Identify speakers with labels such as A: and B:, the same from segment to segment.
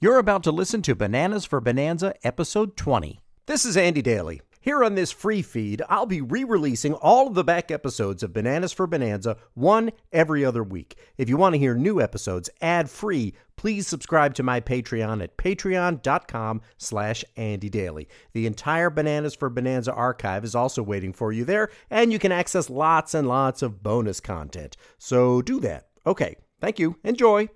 A: You're about to listen to Bananas for Bonanza, Episode 20.
B: This is Andy Daly. Here on this free feed, I'll be re releasing all of the back episodes of Bananas for Bonanza, one every other week. If you want to hear new episodes ad free, please subscribe to my Patreon at patreon.com slash Andy Daly. The entire Bananas for Bonanza archive is also waiting for you there, and you can access lots and lots of bonus content. So do that. Okay, thank you. Enjoy.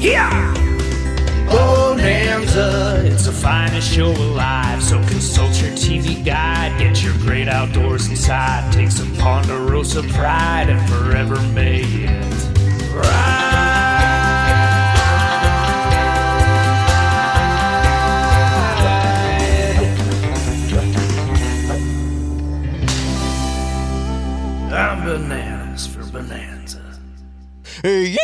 C: Yeah! Bonanza, it's the finest show alive. So consult your TV guide, get your great outdoors inside. Take some Ponderosa pride and forever may it ride. I'm bananas for bonanza.
D: Yeah!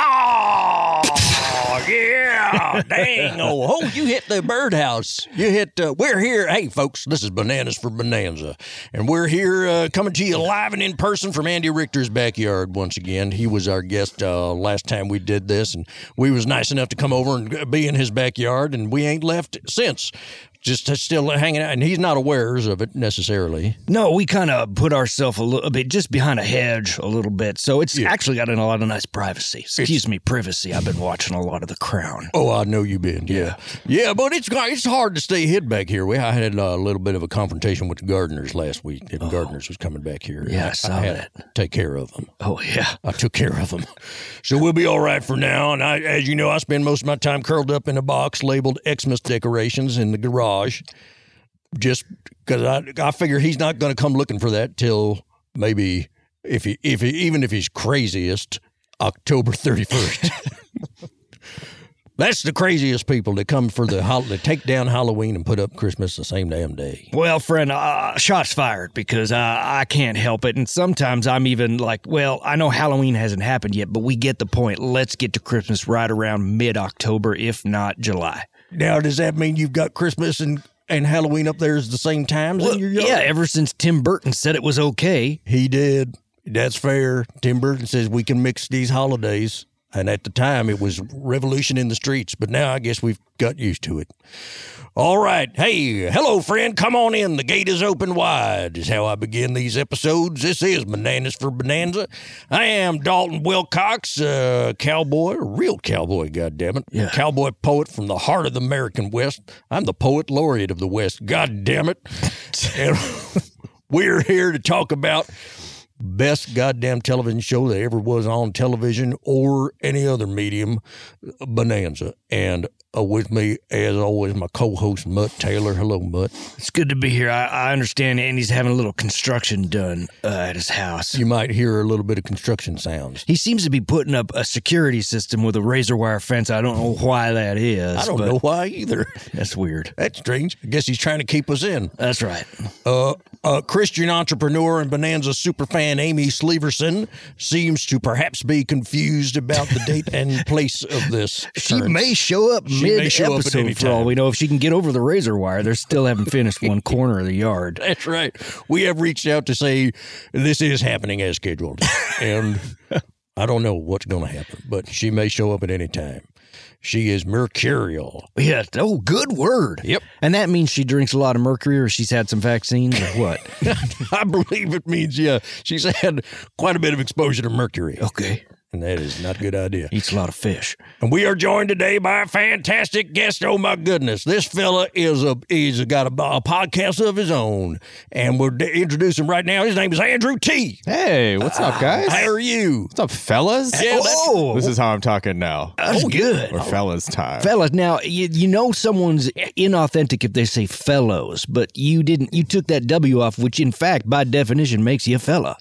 C: Oh,
D: yeah. Dang. Oh, ho, you hit the birdhouse. You hit, uh, we're here. Hey, folks, this is Bananas for Bonanza. And we're here uh, coming to you live and in person from Andy Richter's backyard once again. He was our guest uh, last time we did this, and we was nice enough to come over and uh, be in his backyard, and we ain't left since just uh, still hanging out, and he's not awares of it necessarily.
E: No, we kind of put ourselves a little bit just behind a hedge a little bit, so it's yeah. actually got in a lot of nice privacy. Excuse it's, me, privacy. I've been watching a lot of The Crown.
D: Oh, I know you've been. Yeah, yeah, yeah but it's it's hard to stay hid back here. We I had a little bit of a confrontation with the gardeners last week. The oh. gardeners was coming back here.
E: Yeah, I, I saw I that.
D: take care of them.
E: Oh yeah,
D: I took care of them. so we'll be all right for now. And I, as you know, I spend most of my time curled up in a box labeled Xmas decorations in the garage just because I, I figure he's not going to come looking for that till maybe if he if he even if he's craziest October thirty first. That's the craziest people that come for the that take down Halloween and put up Christmas the same damn day.
E: Well, friend, uh, shots fired because uh, I can't help it, and sometimes I'm even like, well, I know Halloween hasn't happened yet, but we get the point. Let's get to Christmas right around mid October, if not July.
D: Now, does that mean you've got Christmas and and Halloween up there is the same times well,
E: Yeah, ever since Tim Burton said it was okay.
D: He did. That's fair. Tim Burton says we can mix these holidays. And at the time, it was revolution in the streets. But now I guess we've got used to it. All right. Hey, hello, friend. Come on in. The gate is open wide, is how I begin these episodes. This is Bananas for Bonanza. I am Dalton Wilcox, a cowboy, a real cowboy, goddammit. Yeah. A cowboy poet from the heart of the American West. I'm the poet laureate of the West, goddammit. and we're here to talk about best goddamn television show that ever was on television or any other medium, Bonanza. And uh, with me, as always, my co host, Mutt Taylor. Hello, Mutt.
E: It's good to be here. I, I understand Andy's having a little construction done uh, at his house.
D: You might hear a little bit of construction sounds.
E: He seems to be putting up a security system with a razor wire fence. I don't know why that is.
D: I don't
E: but
D: know why either.
E: That's weird.
D: That's strange. I guess he's trying to keep us in.
E: That's right.
D: Uh, uh, Christian entrepreneur and Bonanza superfan Amy Sleverson seems to perhaps be confused about the date and place of this.
E: She
D: occurrence.
E: may show up
D: She may
E: mid
D: show up at any
E: episode for all
D: time.
E: we know. If she can get over the razor wire, they still haven't finished one corner of the yard.
D: That's right. We have reached out to say this is happening as scheduled. and I don't know what's going to happen, but she may show up at any time. She is mercurial.
E: Yeah. Oh, good word.
D: Yep.
E: And that means she drinks a lot of mercury or she's had some vaccines or what?
D: I believe it means, yeah, she's had quite a bit of exposure to mercury.
E: okay.
D: And that is not a good idea.
E: Eats a lot of fish.
D: And we are joined today by a fantastic guest. Oh my goodness, this fella is a he's got a, a podcast of his own, and we're d- introducing him right now. His name is Andrew T.
F: Hey,
E: Uh,
F: what's up, guys?
D: How are you?
F: What's up, fellas?
D: Yeah, that's-
E: Oh,
F: This is how I'm talking now.
E: that's good.
F: Or fellas time.
E: Oh, Fellas, now you, you know someone's inauthentic if they say fellows, but you didn't. You took that W off, which in fact, by definition, makes you a fella.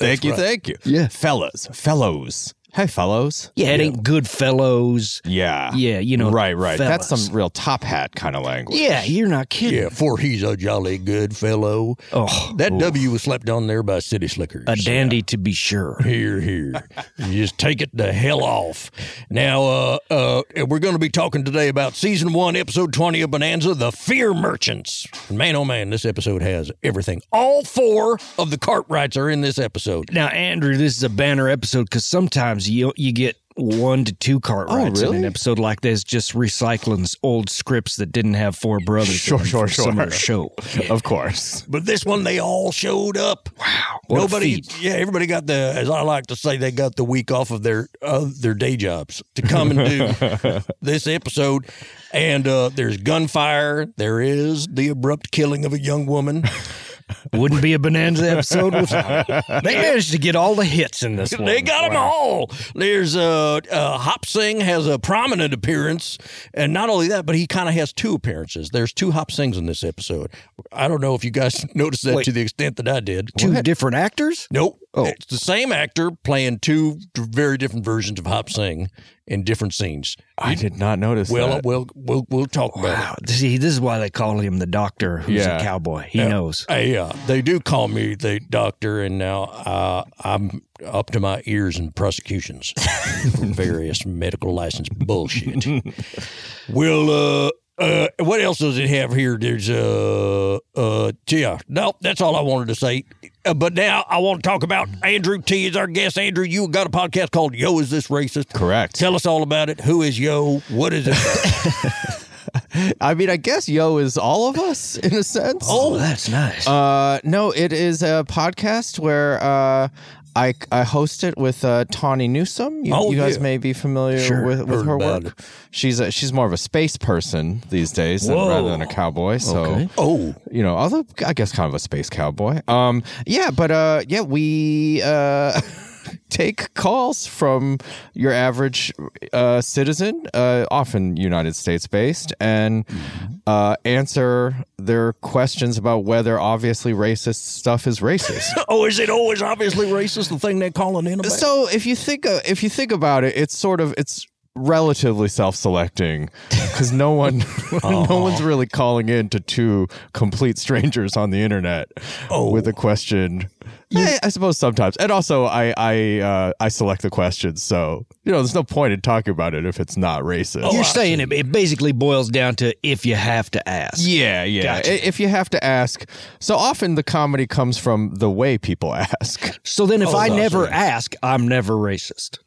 F: thank you, thank you.
E: Yeah.
F: Fellas. Fellows. Hey, fellows.
E: Yeah, it ain't good fellows.
F: Yeah.
E: Yeah, you know,
F: Right, right. That's
E: fellas.
F: some real top hat kind of language.
E: Yeah, you're not kidding.
D: Yeah, for he's a jolly good fellow.
E: Oh,
D: That W was slapped on there by City Slickers.
E: a dandy to be sure.
D: Here, here. You just take it the hell off. Now, uh, uh, we're going to be talking today about season one, episode 20 of Bonanza, The Fear Merchants. And man, oh man, this episode has everything. All four of the Cartwrights are in this episode.
E: Now, Andrew, this is a banner episode because sometimes you you get one to two Cartwrights in an
F: really?
E: episode like this, just recycling old scripts that didn't have four brothers. in
F: Sure,
E: them
F: sure,
E: for Some of
F: sure.
E: the show.
F: Of course.
D: But this one, they all showed up. Wow.
E: what a
D: Nobody,
E: feat.
D: yeah, everybody got the, as I like to say, they got the week off of their uh, their day jobs to come and do this episode. And uh, there's gunfire. There is the abrupt killing of a young woman.
E: Wouldn't be a bonanza episode without it. They managed to get all the hits in this one.
D: They got them all. There's uh, uh, Hop Singh has a prominent appearance, and not only that, but he kind of has two appearances. There's two Hop Sings in this episode. I don't know if you guys noticed that
E: Wait.
D: to the extent that I did.
E: Two different actors?
D: Nope.
F: Oh.
D: It's the same actor playing two very different versions of Hop Sing in different scenes.
F: I did not notice
D: Well,
F: that.
D: we'll, we'll, we'll talk
E: Wow.
D: about it.
E: See, this is why they call him the doctor who's
F: Yeah.
E: a cowboy. He knows.
D: Hey, uh, they do call me the doctor, and now uh, I'm up to my ears in prosecutions for various medical license bullshit. well, uh, uh, what else does it have here? There's uh, uh, yeah, no, that's all I wanted to say. Uh, but now I want to talk about Andrew T is our guest. Andrew, you got a podcast called Yo Is This Racist?
F: Correct.
D: Tell us all about it. Who is Yo? What is it?
F: I mean, I guess Yo is all of us in a sense.
E: Oh, that's nice.
F: Uh, no, it is a podcast where uh, I I host it with uh, Tawny Newsom. You,
D: Oh,
F: you guys
D: yeah.
F: may be familiar
E: Sure,
F: with, with
D: heard
F: her
D: about
F: work.
D: it.
F: She's a, she's more of a space person these days than,
E: Whoa.
F: rather than a cowboy. So
E: Okay.
D: oh,
F: you know, although I guess kind of a space cowboy. Um, yeah, but uh, yeah, we uh, take calls from your average uh, citizen, uh, often United States based, and uh, answer their questions about whether obviously racist stuff is racist.
D: oh, is it always obviously racist? The thing they're calling in about.
F: so if you think uh, if you think about it, it's sort of it's relatively self-selecting because no one no one's really calling in to two complete strangers on the internet with a question Eh, I, suppose sometimes and also i i uh, i select the questions so you know there's no point in talking about it if it's not racist
E: You're saying it,
F: Mm-hmm.
E: it basically boils down to if you have to ask.
F: yeah yeah I- if you have to ask so often the comedy comes from the way people ask
E: So then if I
D: no,
E: never
D: sorry.
E: ask, I'm never racist.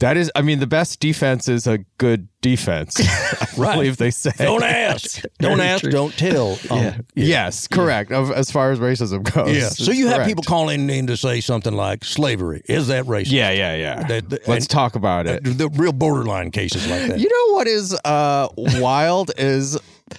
F: That is, I mean, the best defense is a good defense. I
D: Right.
F: believe they say.
D: Don't ask. Don't ask. Don't tell. Um, yeah.
F: Yes, correct. Of, as far as racism goes.
D: So you have
F: Correct.
D: people calling in to say something like slavery. Is that racist?
F: Yeah, yeah, yeah.
D: That- that-
F: Let's
D: and-
F: talk about
D: The,
F: it.
D: the real borderline cases like that.
F: You know what is uh, wild is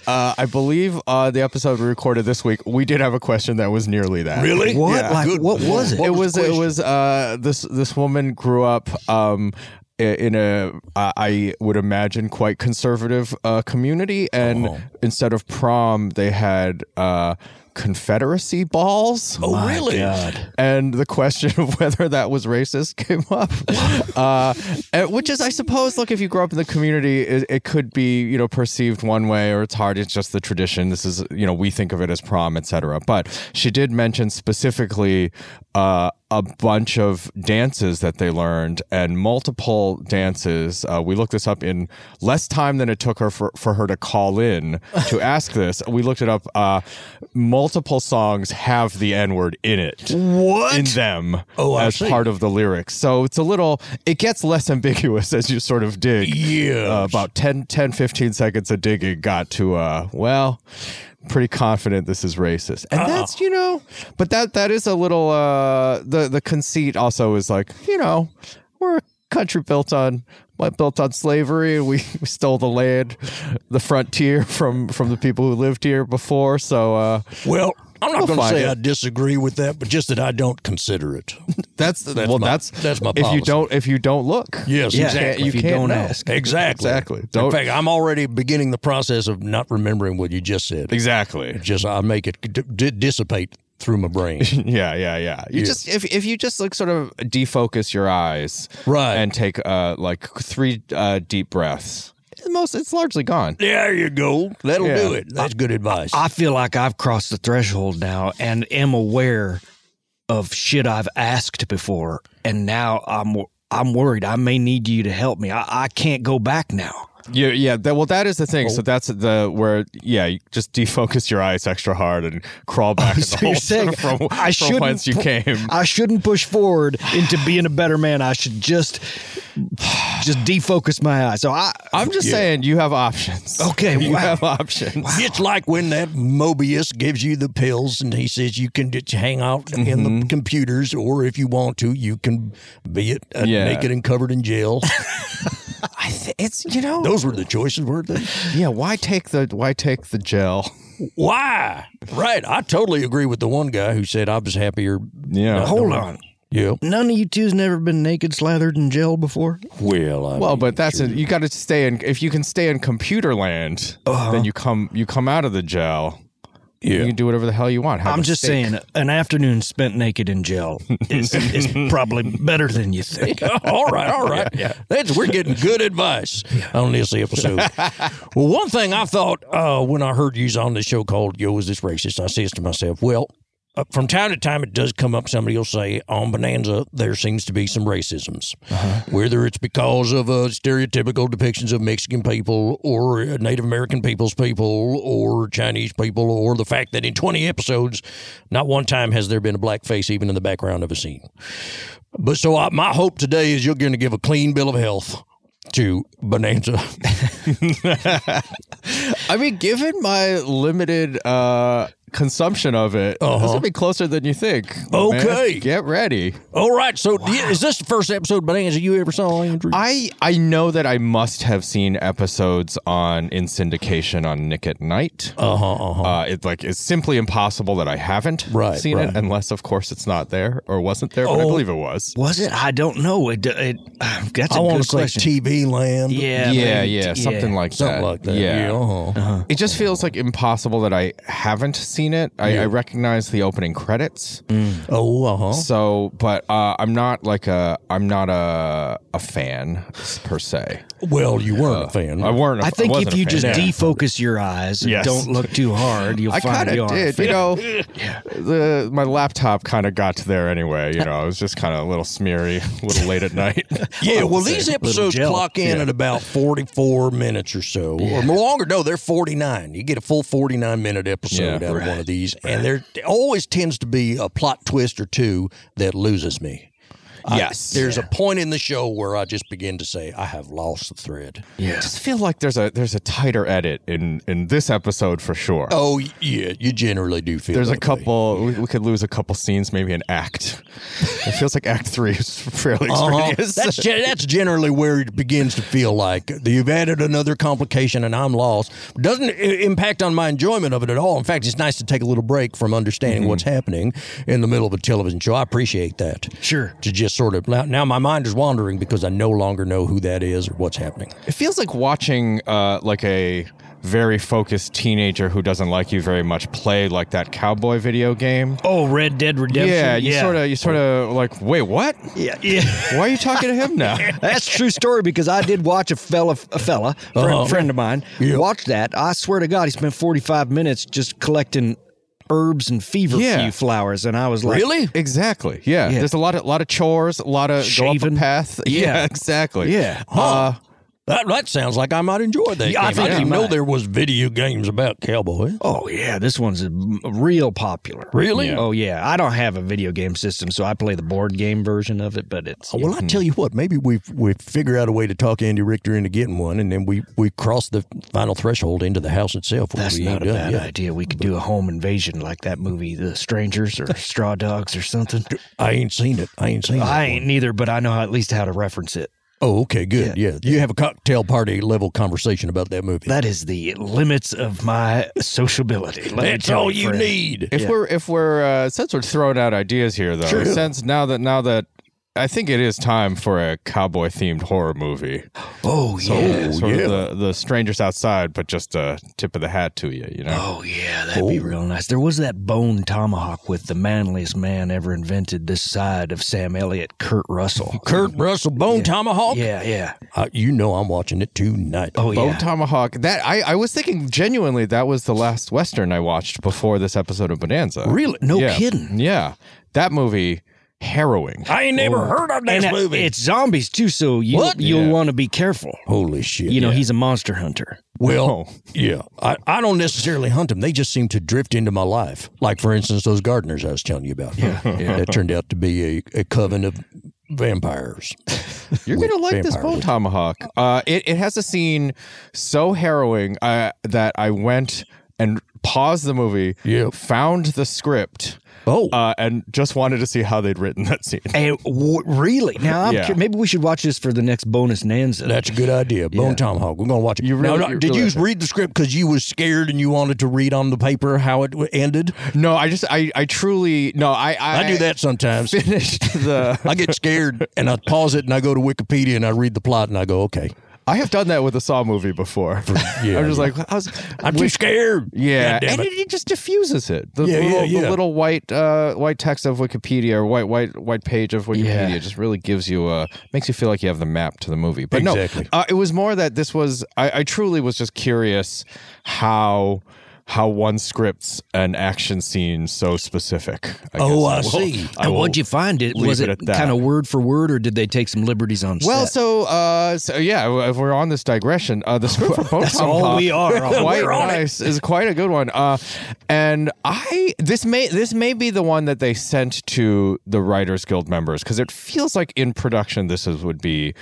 F: uh, I believe uh, the episode we recorded this week we did have a question that was nearly that.
D: Really?
E: What? Like, what was it?
F: it
D: What
F: was
D: the
F: it
D: question?
F: was uh, this this woman grew up um, i- in a I- I would imagine quite conservative uh, community, and
D: Oh.
F: instead of prom, they had uh, Confederacy balls.
D: Oh, really?
F: And the question of whether that was racist came up, uh, and- which is, I suppose, look, if you grow up in the community, it, it could be, you know, perceived one way, or it's hard. It's just the tradition. This is, you know, we think of it as prom, etc. But she did mention specifically uh, a bunch of dances that they learned and multiple dances. Uh, we looked this up in less time than it took her for, for her to call in to ask this. We looked it up. Uh, multiple songs have the N word in it.
D: What?
F: In them
D: Oh, I
F: as
D: see.
F: part of the lyrics. So it's a little, it gets less ambiguous as you sort of dig.
D: Yeah.
F: Uh, about 10, 10, 15 seconds of digging got to, uh, well, pretty confident this is racist. And
D: Ah.
F: that's, you know, but that that is a little, uh, the, the conceit also is like, you know, we're a country built on. Built on slavery, and we, we stole the land, the frontier from from the people who lived here before. So, uh,
D: Well, I'm not
F: We'll
D: going to
F: find
D: say
F: it.
D: I disagree with that, but just that I don't consider it.
F: That's,
D: That's
F: well.
D: my-
F: that's
D: that's my
F: If you
D: policy.
F: don't, if you don't look,
D: Yes,
F: you
D: exactly.
F: Can't, you
D: If you
F: can't
E: don't
F: know.
E: ask.
D: Exactly.
F: Exactly.
D: In
F: Don't-
D: fact, I'm already beginning the process of not remembering what you just said.
F: Exactly.
D: Just I make it d- d- dissipate through my brain.
F: Yeah, yeah, yeah. You
D: Yeah.
F: just if if you just like sort of defocus your eyes,
D: Right.
F: and take uh like three uh deep breaths. Most it's largely gone.
D: there you go. That'll
F: Yeah.
D: do it. That's good advice.
E: I feel like I've crossed the threshold now and am aware of shit I've asked before, and now I'm I'm worried. I may need you to help me. I, I can't go back now.
F: Yeah, yeah. That, well, that is the
D: Oh.
F: thing. So that's the where yeah, you just defocus your eyes extra hard and crawl back. in the
E: So
F: hole
E: you're saying
F: from,
E: I
F: from
E: shouldn't
F: whence you
E: pu-
F: came.
E: I shouldn't push forward into being a better man. I should just just defocus my eyes. So I
F: I'm just saying you have options.
E: Okay,
F: you
E: wow.
F: have options.
D: It's like when that Mobius gives you the pills and he says you can just hang out in
F: Mm-hmm.
D: the computers, or if you want to, you can be it uh,
F: Yeah.
D: naked and covered in jail.
F: I th- it's you know
D: Those were the choices, weren't they?
F: yeah. Why take the why take the gel?
D: Why? Right. I totally agree with the one guy who said I was happier.
F: Yeah.
E: hold on.
D: Yeah.
E: None of you two's never been naked, slathered in gel before.
D: Well, I
F: Well,
D: mean,
F: but that's
D: sure.
F: a, you got to stay in. If you can stay in computer land, then you come you come out of the jail.
D: Yeah.
F: You can do whatever the hell you want. Have
E: I'm
F: a
E: just
F: steak.
E: saying, an afternoon spent naked in gel is, is probably better than you think.
D: all right, all right. That's, we're getting good advice on this episode. well, one thing I thought uh, when I heard you on the show called Yo, Is This Racist? I says to myself, well, uh, from time to time it does come up. Somebody will say, on Bonanza, there seems to be some racisms, whether it's because of uh, stereotypical depictions of Mexican people or uh, Native American people's people or Chinese people or the fact that in 20 episodes, not one time has there been a black face even in the background of a scene. But so I, my hope today is you're going to give a clean bill of health to Bonanza.
F: I mean, given my limited uh, consumption of it, this will be closer than you think. my man.
D: Okay.
F: get ready.
D: All right. So yeah, is this the first episode of Bonanza you ever saw, Andrew?
F: I I know that I must have seen episodes on in syndication on Nick at Night.
D: uh-huh, uh-huh.
F: Uh, it like it's simply impossible that I haven't
D: Right,
F: seen
D: right.
F: it unless, of course, it's not there or wasn't there. But I
D: Oh.
F: believe it was.
E: Was it? I don't know. It, it uh, that's a
D: I want
E: good
D: to say
E: question.
D: TV land.
E: yeah,
F: yeah,
E: maybe.
F: yeah, something like
D: Something
F: that.
D: like that.
F: Yeah.
D: uh-huh.
F: It just feels like impossible that I haven't seen it. I, I recognize the opening credits,
D: Oh, uh huh.
F: so but uh, I'm not like a I'm not a a fan s- per se.
D: Well, you weren't a fan.
F: I weren't. I
E: I think
F: wasn't
E: if
F: a
E: you
F: fan.
E: just
F: Yeah.
E: defocus your eyes and
F: Yes.
E: don't look too hard, you'll
F: I
E: find
F: kind
E: you
F: of
E: are.
F: did, you know. The my laptop kind of got to there anyway. You know, it was just kind of a little smeary, a little late at night.
D: Yeah, well, these episodes
E: gel.
D: clock in at about 44 minutes or so, or longer. No, they're 49. You get a full 49 minute episode
F: Yeah.
D: out of one of these, and there always tends to be a plot twist or two that loses me. I-
F: Yes.
D: there's a point in the show where I just begin to say, I have lost the thread.
F: I just feel like there's a there's a tighter edit in in this episode for sure.
D: Oh, yeah, you generally do feel
F: There's a
D: that way.
F: couple. We, we could lose a couple scenes, maybe an act. it feels like Act Three is fairly
D: Uh-huh.
F: extraneous.
D: That's gen- that's generally where it begins to feel like that you've added another complication and I'm lost. Doesn't i- impact on my enjoyment of it at all. In fact, it's nice to
F: Mm-hmm.
D: take a little break from understanding what's happening in the middle of a television show. I appreciate that.
E: Sure.
D: To just sort of now, now my mind is wandering because I no longer know who that is or what's happening.
F: It feels like watching uh, like a very focused teenager who doesn't like you very much play like that cowboy video game.
G: Oh, Red Dead Redemption.
F: Yeah, you sort of, you sort of like, wait, what?
G: Yeah, yeah.
F: Why are you talking to him now?
E: That's a true story because I did watch a fella, a fella, friend,
D: Uh-huh.
E: friend of mine,
D: Yeah.
E: watch that. I swear to God, he spent 45 minutes just collecting herbs and feverfew
F: Yeah.
E: flowers. And I was like,
F: Exactly. Yeah.
E: Yeah.
F: There's a lot of lot of chores, a lot of go up
G: Shaving.
F: a path. Yeah,
E: Yeah.
F: exactly.
E: Yeah.
F: Uh,
D: That, that sounds like I might enjoy that.
G: Yeah, I
D: game. I
G: think
D: didn't
G: you
D: know
G: might.
D: there was video games about cowboys.
E: Oh, yeah, this one's a- real popular.
D: Really?
E: Oh, yeah. I don't have a video game system, so I play the board game version of it, but it's.
D: Oh, Well, I tell you what, maybe we we figure out a way to talk Andy Richter into getting one, and then we we cross the final threshold into the house itself. which
E: That's
D: we ain't
E: not a
D: done
E: bad
D: yet.
E: idea. We could do a home invasion like that movie, The Strangers or Straw Dogs or something.
D: I ain't seen it. I ain't seen. that
E: I ain't
D: one.
E: neither, but I know how, at least how to reference it.
D: Oh, okay, good. Yeah, you have a cocktail party level conversation about that movie.
E: That is the limits of my sociability. Let me
D: That's
E: tell
D: all you
E: friend.
D: need.
F: if
E: Yeah.
F: we're if we're uh, since we're throwing out ideas here though,
D: Sure.
F: since now that now that I think it is time for a cowboy themed horror movie.
E: Oh
F: So
E: yeah.
F: sort
D: yeah.
F: of the, the strangers outside, but just a tip of the hat to you, you know.
E: Oh yeah, that'd be real nice. There was that bone tomahawk with the manliest man ever invented this side of Sam Elliott, Kurt Russell.
D: Kurt Russell Bone Tomahawk.
E: Yeah, yeah.
D: Uh, you know I'm watching it tonight.
E: Oh
F: Bone
E: yeah.
F: Tomahawk. That I, I was thinking genuinely that was the last western I watched before this episode of Bonanza.
E: Really? No
F: yeah.
E: Oh, kidding.
F: Yeah. That movie harrowing.
D: I ain't never heard of this
E: And, uh,
D: movie.
E: It's zombies too, so you
D: What?
E: you'll
F: Yeah.
E: want to be careful.
D: Holy shit!
E: You know,
D: yeah.
E: he's a monster hunter.
D: Well, yeah, I, I don't necessarily hunt them. They just seem to drift into my life. Like, for instance, those gardeners I was telling you about. Yeah. That turned out to be a, a coven of vampires.
F: You're gonna
D: With
F: like this
D: vampire
F: bone
D: with-
F: tomahawk. Uh, it it has a scene so harrowing uh, that I went and paused the movie,
D: Yep.
F: found the script,
D: Oh,
F: uh, and just wanted to see how they'd written that scene.
E: And w- really? Now I'm
F: Yeah.
E: cur- maybe we should watch this for the next bonus Nanza.
D: that's a good idea. Bone Tomahawk. We're going to watch it.
F: You really-
D: Now,
F: you
D: did
F: really-
D: you read the script because you was scared and you wanted to read on the paper how it w- ended?
F: No, I just I I truly no I I,
D: I, do that sometimes.
F: Finished the.
D: I get scared and I pause it and I go to Wikipedia and I read the plot and I go, okay.
F: I have done that with a Saw movie before.
D: yeah,
F: I'm just
D: yeah.
F: like I was.
D: I'm too scared.
F: Yeah,
D: God damn
F: and
D: it.
F: it. it just diffuses it. The,
D: Yeah, yeah,
F: little,
D: yeah.
F: the little white uh, white text of Wikipedia or white white white page of Wikipedia
E: Yeah.
F: just really gives you a makes you feel like you have the map to the movie. But
D: Exactly.
F: no, uh, it was more that this was I, I truly was just curious how how one scripts an action scene so specific. I
D: Oh, I
F: guess. will-
D: see.
F: I
E: and
F: will-
E: what'd you find? It
F: leave
E: was
F: it
E: it,
F: at that.
E: kind of word for word, or did they take some liberties on
F: Well,
E: set?
F: so uh, so yeah, if we're on this digression, uh, the script for Bone That's
E: all we are on.
F: White
E: We're on it.
F: Rice is quite a good one. Uh, and I this may this may be the one that they sent to the Writers Guild members because it feels like in production this is would be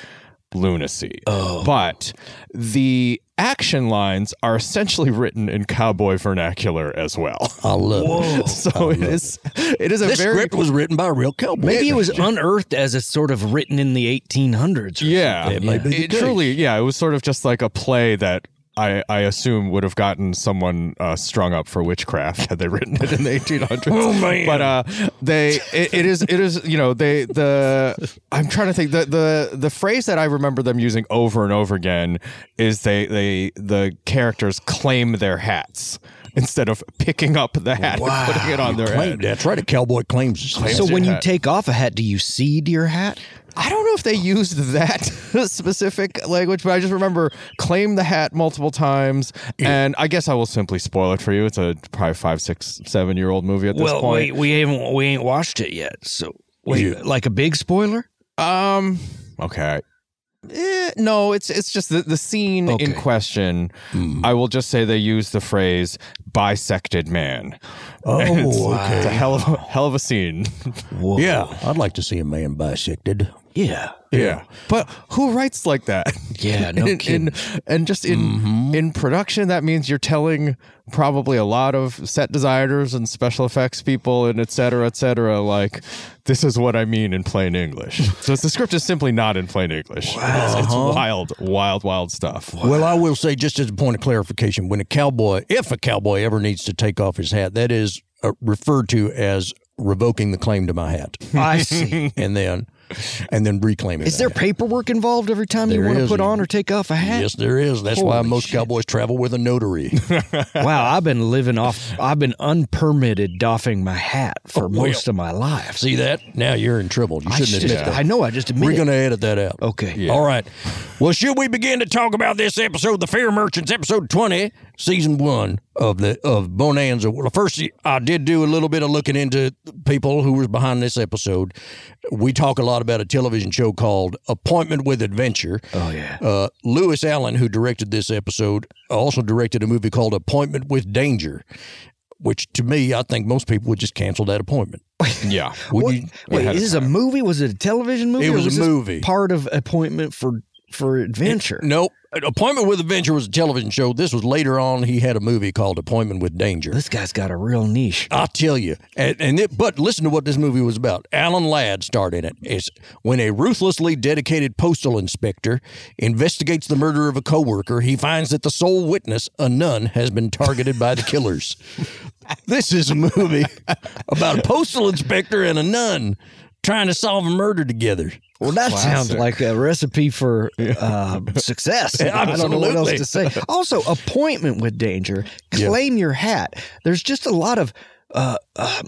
F: lunacy. But the action lines are essentially written in cowboy vernacular as well.
D: I love it.
F: so it is it is a
D: This
F: very
D: script was written by a real cowboy.
E: Maybe it was unearthed as a sort of written in the 1800s. or
F: Yeah,
D: It might be the
F: It
D: case.
F: truly, yeah, it was sort of just like a play that I, I assume would have gotten someone uh, strung up for witchcraft had they written it in the 1800s.
D: Oh, man.
F: But uh, they, it, it is, it is, you know, they, the, I'm trying to think the the the phrase that I remember them using over and over again is they they the characters claim their hats instead of picking up the hat and putting it on their
D: Claim,
F: head.
D: that's right. A cowboy claims. his-
E: So
F: your
E: when you
F: hat.
E: take off a hat, do you seed your hat?
F: I don't know if they used that specific language, but I just remember claim the hat multiple times. And I guess I will simply spoil it for you. It's a probably five, six, seven year old movie at this
E: well,
F: point.
E: wait, we haven't we ain't watched it yet. So wait,
D: Yeah.
E: like a big spoiler?
F: Um. Okay. Eh, no, it's it's just the, the scene
E: Okay.
F: in question. I will just say they use the phrase "bisected man."
D: Oh,
F: And it's,
D: okay.
F: it's a hell of a, hell of a scene.
E: Whoa.
D: Yeah, I'd like to see a man bisected.
E: Yeah.
F: Yeah, but who writes like that?
E: Yeah, no
F: in,
E: kidding.
F: in, and just in in production, that means you're telling probably a lot of set designers and special effects people and et cetera, et cetera. Like, this is what I mean in plain English. so it's, the script is simply not in plain English. It's, it's wild, wild, wild stuff.
D: Well, I will say, just as a point of clarification, when a cowboy, if a cowboy ever needs to take off his hat, that is uh, referred to as revoking the claim to my hat.
E: I see.
D: and then and then reclaim it.
E: Is there paperwork involved every time you
D: There
E: want to
D: is.
E: put on or take off a hat?
D: Yes, there is. That's why
E: Holy
D: most cowboys travel with a notary.
E: wow, I've been living off. I've been unpermitted doffing my hat
F: Oh,
E: for most of my life.
D: See that? Now you're in trouble. You
E: I
D: shouldn't
E: just-
D: admit that.
E: I know, I just admit
D: We're
E: it.
D: going to edit that out.
E: Okay.
D: All right. Well, should we begin to talk about this episode, The Fair Merchants, episode 20, season one of the of Bonanza? Well, first, I did do a little bit of looking into people who was behind this episode. We talk a lot about a television show called Appointment with Adventure. Oh, yeah. Uh, Lewis Allen, who directed this episode, also directed a movie called Appointment with Danger. Which to me, I think most people would just cancel that appointment.
F: Yeah.
D: Would you,
E: Wait, is this a movie? Was it a television movie?
D: It
E: or
D: was a
E: this
D: movie.
E: Part of appointment for for adventure.
D: Nope. Appointment with Adventure was a television show. This was later on. He had a movie called Appointment with Danger.
E: This guy's got a real niche.
D: I tell you, and, and it, but listen to what this movie was about. Alan Ladd starred in it. It's when a ruthlessly dedicated postal inspector investigates the murder of a coworker, he finds that the sole witness, a nun, has been targeted by the killers. this is a movie about a postal inspector and a nun trying to solve a murder together.
E: Well, that sounds like a recipe for uh, success. I don't know what else to say.
D: Absolutely.
E: Also, appointment with danger. Claim your hat. There's just a lot of uh, uh,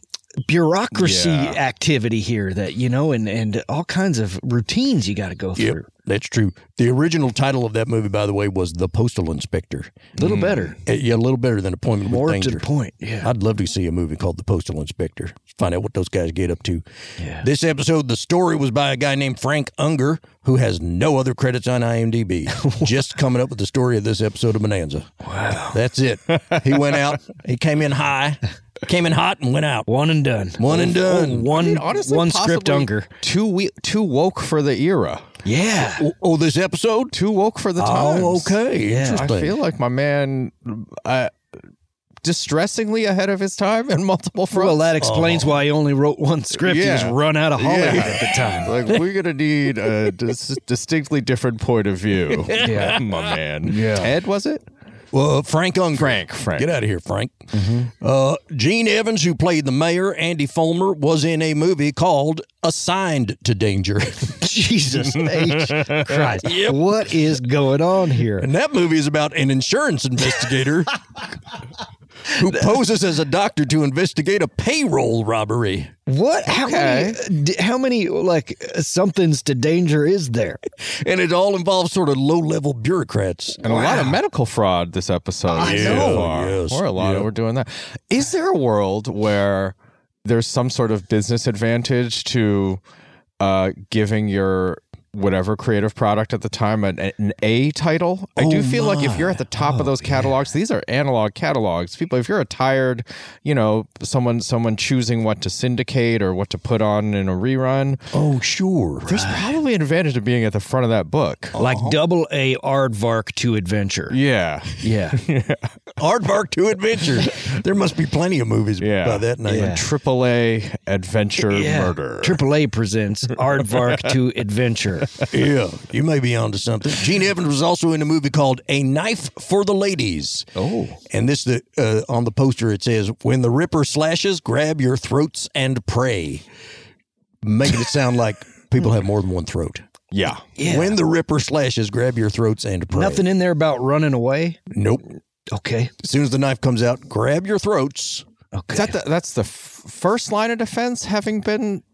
E: bureaucracy
F: Yeah.
E: activity here that you know, and and all kinds of routines you got to go through.
D: Yep, that's true. The original title of that movie, by the way, was The Postal Inspector.
E: A little better,
D: Uh, Yeah, a little better than Appointment
E: more
D: with
E: to
D: Danger.
E: the point. Yeah.
D: I'd love to see a movie called The Postal Inspector. Find out what those guys get up to. This episode, the story was by a guy named Frank Unger, who has no other credits on IMDb. Just coming up with the story of this episode of Bonanza. Wow. That's it. He went out, he came in high, came in hot, and went out.
E: One and done. Oh,
D: One and done.
E: One one script
F: possibly
E: hunger.
F: Too we- too woke for the era.
E: Yeah.
D: Oh, Oh, this episode?
F: Too woke for the times.
D: Oh, okay.
F: I
D: Interesting.
F: feel like my man, uh, distressingly ahead of his time in multiple fronts.
E: Well, that explains why he only wrote one script. He
F: Yeah.
E: was run out of Hollywood
F: Yeah.
E: at the time.
F: like we're gonna need a dis- distinctly different point of view. yeah, my man. Yeah, Ted was it?
D: Well, Frank Unger.
F: Frank, Frank.
D: Get out of here, Frank.
E: Mm-hmm.
D: Uh, Gene Evans, who played the mayor, Andy Fulmer, was in a movie called Assigned to Danger.
E: Jesus H. Christ. What is going on here?
D: and that movie is about an insurance investigator who poses as a doctor to investigate a payroll robbery.
E: What? How many? uh, d- How many like uh, somethings to danger is there?
D: And it all involves sort of low level bureaucrats.
F: And a lot of medical fraud this episode.
D: I
F: so
D: know.
F: far.
D: Yes.
F: Or a lot
D: Yep.
F: of we're doing that. Is there a world where there's some sort of business advantage to uh, giving your whatever creative product at the time an, an A title? I
D: Oh
F: do feel like if you're at the top of those catalogs, these are analog catalogs. People, if you're a tired, you know, someone someone choosing what to syndicate or what to put on in a rerun,
D: Oh, sure.
F: there's probably an advantage to being at the front of that book.
D: Oh.
E: Like double A aardvark to adventure.
F: Yeah.
E: Yeah.
D: Aardvark to Adventure. There must be plenty of movies
F: Yeah.
D: by that name.
E: Yeah.
F: Triple A adventure murder.
E: Triple A presents aardvark to adventure.
D: yeah, you may be onto something. Gene Evans was also in a movie called A Knife for the Ladies. Oh, and this the uh, on the poster it says, "When the Ripper slashes, grab your throats and pray," making it sound like people have more than one throat.
F: yeah.
E: Yeah.
D: When the Ripper slashes, grab your throats and pray.
E: Nothing in there about running away.
D: Nope.
E: Okay.
D: As soon as the knife comes out, grab your throats.
F: Is that the, that's the f- first line of defense having been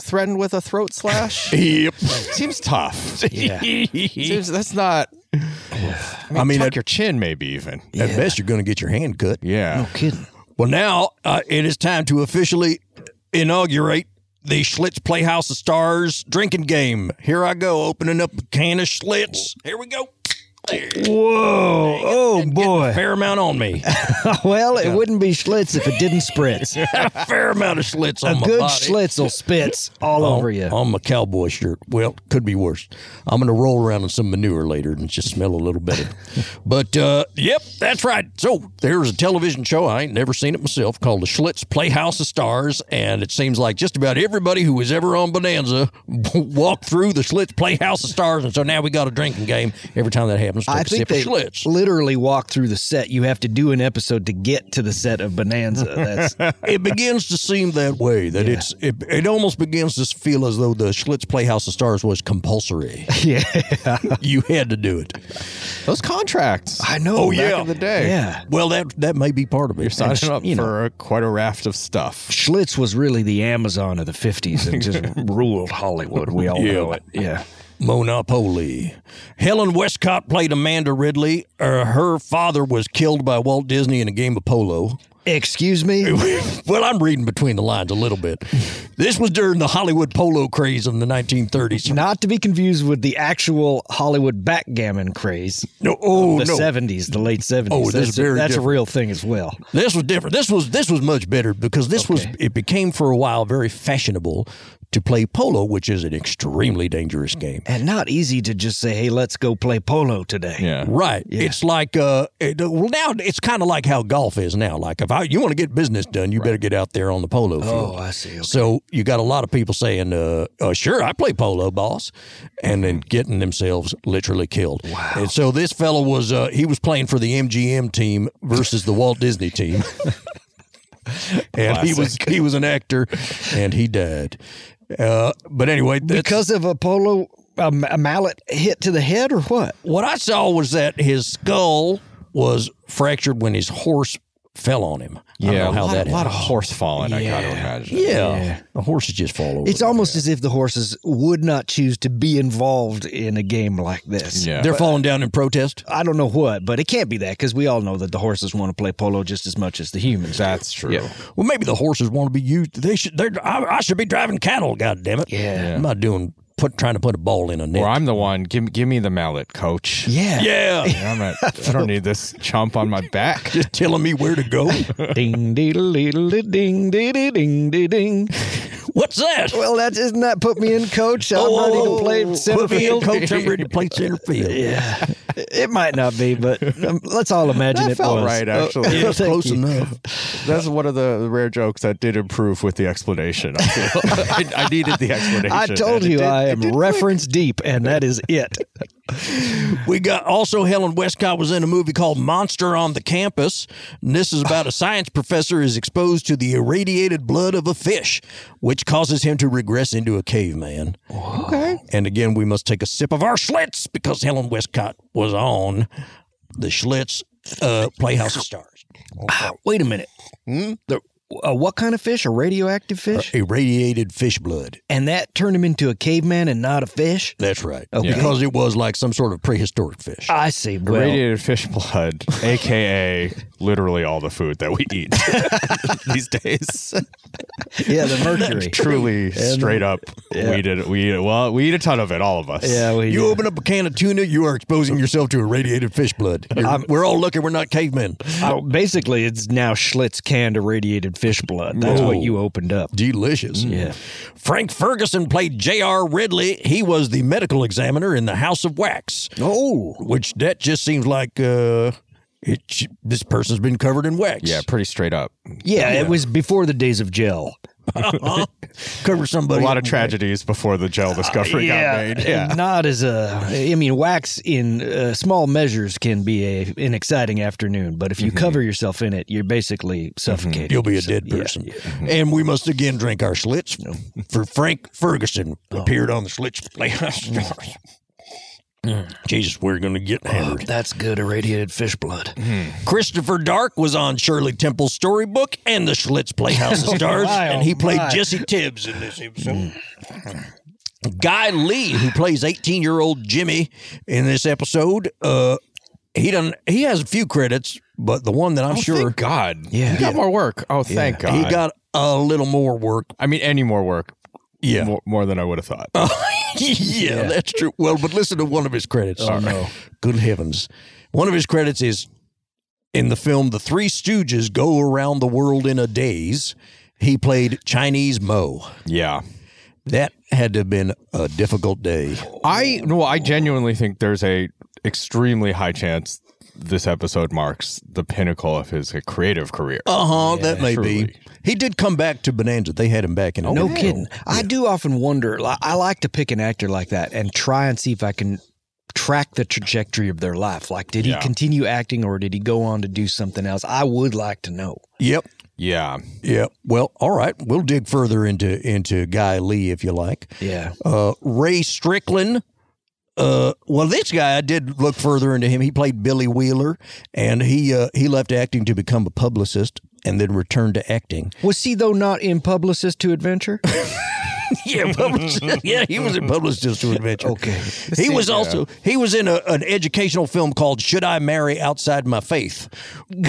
F: threatened with a throat slash?
D: Yep.
F: Seems tough.
E: Yeah.
F: Seems that's not I mean,
D: mean,
F: tuck
D: I'd-
F: your chin maybe even.
D: At best, you're going to get your hand cut.
F: Yeah.
E: Kidding.
D: Well, now uh, it is time to officially inaugurate the Schlitz Playhouse of Stars drinking game. Here I go, opening up a can of Schlitz. Here we go.
E: Whoa. Oh boy.
D: Fair amount on me.
E: Well, it wouldn't be Schlitz if it didn't spritz.
D: a fair amount of Schlitz on
E: A
D: my
E: good
D: body.
E: Schlitzel spits all
D: on,
E: over you.
D: on my Oh, cowboy shirt. Well, could be worse. I'm going to roll around in some manure later and just smell a little better. but uh, yep, that's right. So there's a television show I ain't never seen it myself called the Schlitz Playhouse of Stars, and it seems like just about everybody who was ever on Bonanza walked through the Schlitz Playhouse of Stars, and so now we got a drinking game every time that happens. Christmas took
E: I
D: a
E: think
D: sip of
E: they
D: Schlitz.
E: literally walk through the set. You have to do an episode to get to the set of Bonanza. That's
D: it begins to seem that way that it's it, it almost begins to feel as though the Schlitz Playhouse of Stars was compulsory.
E: Yeah,
D: you had to do it.
F: Those contracts,
E: I know.
F: Oh
D: back
F: yeah,
D: in
F: the day.
E: Yeah.
D: Well, that that may be part of it.
F: You're signing
D: And,
F: up
D: you know,
F: for quite a raft of stuff.
E: Schlitz was really the Amazon of the 50s and just ruled Hollywood. We all know
D: Yeah.
E: it. Yeah.
D: Monopoly. Helen Westcott played Amanda Ridley. Uh, her father was killed by Walt Disney in a game of polo.
E: Excuse me?
D: well, I'm reading between the lines a little bit. This was during the Hollywood polo craze in the 1930s.
E: Not to be confused with the actual Hollywood backgammon craze.
D: No, oh
E: The
D: no,
E: 70s, the late 70s.
D: Oh, this
E: that's,
D: is very
E: that's a
D: different.
E: real thing as well.
D: This was different. This was this was much better because this was
E: Okay.
D: it became for a while very fashionable to play polo, which is an extremely dangerous game.
E: And not easy to just say, hey, let's go play polo today.
F: Yeah.
D: Right. It's like uh it, well now it's kind of like how golf is now. Like if I, you want to get business done, you better get out there on the polo field.
E: Oh, I see. Okay.
D: So you got a lot of people saying, uh, uh, "Sure, I play polo, boss," and
E: Mm-hmm.
D: then getting themselves literally killed. Wow! And so this fellow was—he was playing for the MGM team versus the Walt Disney team, and he was—he was an actor, and he died. Uh, but anyway, that's-
E: because of a polo, a, ma- a mallet hit to the head or what?
D: what I saw was that his skull was fractured when his horse fell on him. I don't know how
F: a lot,
D: that
F: a lot of
D: happened.
F: horse falling. I gotta imagine.
D: Yeah. the horses just fall over.
E: It's almost as if the horses would not choose to be involved in a game like this.
F: Yeah.
D: they're falling down in protest.
E: I don't know what, but it can't be that because we all know that the horses want to play polo just as much as the humans. do.
F: That's true.
D: Well, maybe the horses want to be used. They should. They're, I, I should be driving cattle. God damn it!
E: Yeah.
D: I'm not doing put trying to put a ball in a net.
F: Or I'm the one. Give give me the mallet, coach.
E: Yeah.
D: yeah,
F: I'm at, I don't need this chomp on my back.
D: just telling me where to go.
E: ding, diddle, diddle, ding, diddle, ding, ding, ding.
D: What's that?
E: Well, that isn't that put me in, coach? I'm
F: Oh,
E: ready to play center
D: put me in,
E: field.
D: coach. I'm ready to play center field.
E: Yeah. It might not be, but um, let's all imagine
F: That
E: it
F: felt
E: was.
F: right, actually.
E: Oh,
F: Yeah,
E: thank
D: Close
E: you.
D: enough.
F: That's one of the rare jokes that did improve with the explanation. I, feel. I, I needed the explanation.
E: I told
F: and it
E: you
F: did-
E: I
F: it
E: am
F: did
E: reference deep, and that is it.
D: We got also Helen Westcott was in a movie called Monster on the Campus. And this is about a science professor is exposed to the irradiated blood of a fish, which causes him to regress into a caveman. Okay. And again, we must take a sip of our Schlitz because Helen Westcott was on the Schlitz uh, Playhouse of Stars.
E: Ah, Wait a minute. The, uh, what kind of fish? A radioactive fish?
D: Irradiated fish blood.
E: and that turned him into a caveman and not a fish?
D: That's right.
E: Okay.
D: Because it was like some sort of prehistoric fish.
E: I see.
F: Well,
E: Well,
F: Irradiated fish blood, aka literally all the food that we eat these days.
E: yeah, the mercury.
F: Truly, straight up, we did. We eat it. Well, we eat a ton of it, all of us.
E: yeah, we
D: You open up a can of tuna, you are exposing yourself to irradiated fish blood. You're- we're all lucky we're not cavemen.
E: Oh, basically, it's now Schlitz canned irradiated fish blood. That's what
D: Whoa.
E: you opened up.
D: Delicious.
E: Yeah.
D: Frank Ferguson played J.R. Ridley. He was the medical examiner in the House of Wax.
E: Oh,
D: Which that just seems like uh, it. sh- This person's been covered in wax.
F: yeah, pretty straight up.
E: yeah, It was before the days of gel.
D: Uh-huh. covered
F: A
D: somebody.
F: lot of
D: in
F: tragedies before the gel discovery got made. Uh, Yeah.
E: Not as a. I mean, wax in uh, small measures can be a an exciting afternoon, but if you cover yourself in it, you're basically suffocating.
D: You'll be a dead
E: yeah,
D: person.
F: Mm-hmm.
D: And we must again drink our Schlitz for Frank Ferguson
F: Oh.
D: appeared on the Schlitz Playhouse. Jesus, we're going to get hammered.
E: That's good irradiated fish blood.
D: Christopher Dark was on Shirley Temple's storybook and the Schlitz Playhouse of Stars,
E: my, oh
D: and he played
E: my.
D: Jesse Tibbs in this episode. Guy Lee, who plays 18 year old Jimmy in this episode, uh, he done he has a few credits, but the one that I'm
F: Oh,
D: sure
F: Thank God.
E: Yeah.
F: He got more work. Oh, thank God.
D: he got a little more work.
F: I mean, any more work.
D: Yeah.
F: More, more than I would have thought.
E: Uh.
D: yeah, that's true. Well, but listen to one of his credits. Oh, no. Good heavens. One of his credits is in the film The Three Stooges Go Around the World in a Daze. He played Chinese Mo.
F: yeah.
D: That had to have been a difficult day.
F: I no, I genuinely think there's a extremely high chance this episode marks the pinnacle of his creative career.
D: Uh huh. that may be.
F: truly.
D: He did come back to Bonanza. They had him back in.
E: No kidding. I do often wonder. li- I like to pick an actor like that and try and see if I can track the trajectory of their life. Like, did
F: Yeah.
E: he continue acting or did he go on to do something else? I would like to know.
D: Yep.
F: Yeah.
D: Yep. Well, all right. We'll dig further into into Guy Lee if you like.
E: Yeah.
D: Uh, Ray Strickland. Uh, well, this guy I did look further into him. He played Billy Wheeler, and he uh, he left acting to become a publicist, and then returned to acting.
E: Was he, though, not in Publicist to Adventure?
D: yeah, publicist. Yeah, he was a publicist to adventure.
E: Okay.
D: He was also he was in a, an educational film called "Should I Marry Outside My Faith,"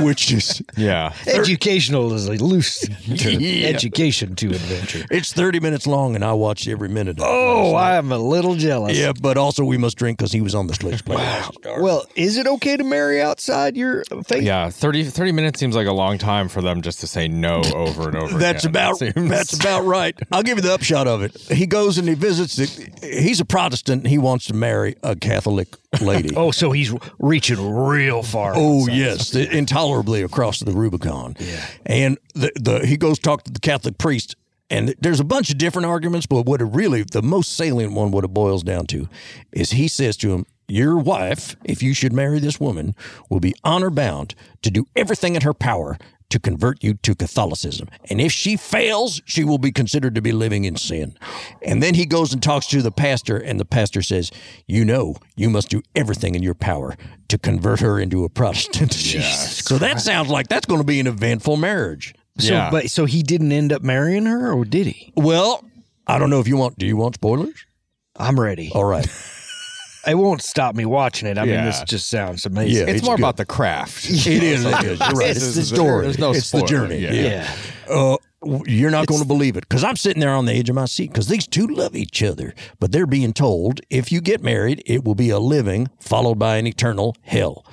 D: which is
F: Yeah.
E: Educational is a loose to
D: Yeah.
E: education to adventure.
D: it's thirty minutes long, and I watched every minute. of it.
E: Oh, I am a little jealous.
D: Yeah, but also we must drink because he was on the Slicks playlist.
E: Well, is it okay to marry outside your faith?
F: Yeah, 30, 30 minutes seems like a long time for them just to say no over and over.
D: That's
F: again.
D: about
F: It seems-
D: that's about right. I'll give you the upshot of it. He goes and he visits. The, he's a Protestant. He wants to marry a Catholic lady.
E: Oh, so he's reaching real far.
D: Oh yes, the- intolerably across the Rubicon. Yeah, and the, the he goes talk to the Catholic priest, and there's a bunch of different arguments, but what it really the most salient one, what it boils down to, is he says to him, "Your wife, if you should marry this woman, will be honor bound to do everything in her power." To convert you to Catholicism. And if she fails, she will be considered to be living in sin. And then he goes and talks to the pastor, and the pastor says, You know, you must do everything in your power to convert her into a Protestant. so that sounds like that's going to be an eventful marriage.
E: So,
F: Yeah.
E: but so he didn't end up marrying her, or did he?
D: Well, I don't know if you want, do you want spoilers?
E: I'm ready.
F: Oh.
D: All right.
E: It won't stop me watching it. I mean,
F: Yeah.
E: this just sounds amazing.
D: Yeah.
F: It's,
D: It's
F: more
D: good.
F: about the craft.
D: It is. It is. You're right.
F: This
D: It's the
F: is-
D: story.
F: there's no
D: it's the
F: spoiler.
D: journey.
F: Yeah.
D: Yeah. Uh, w- you're not going to believe it because I'm sitting there on the edge of my seat because these two love each other, but they're being told if you get married, it will be a living followed by an eternal hell.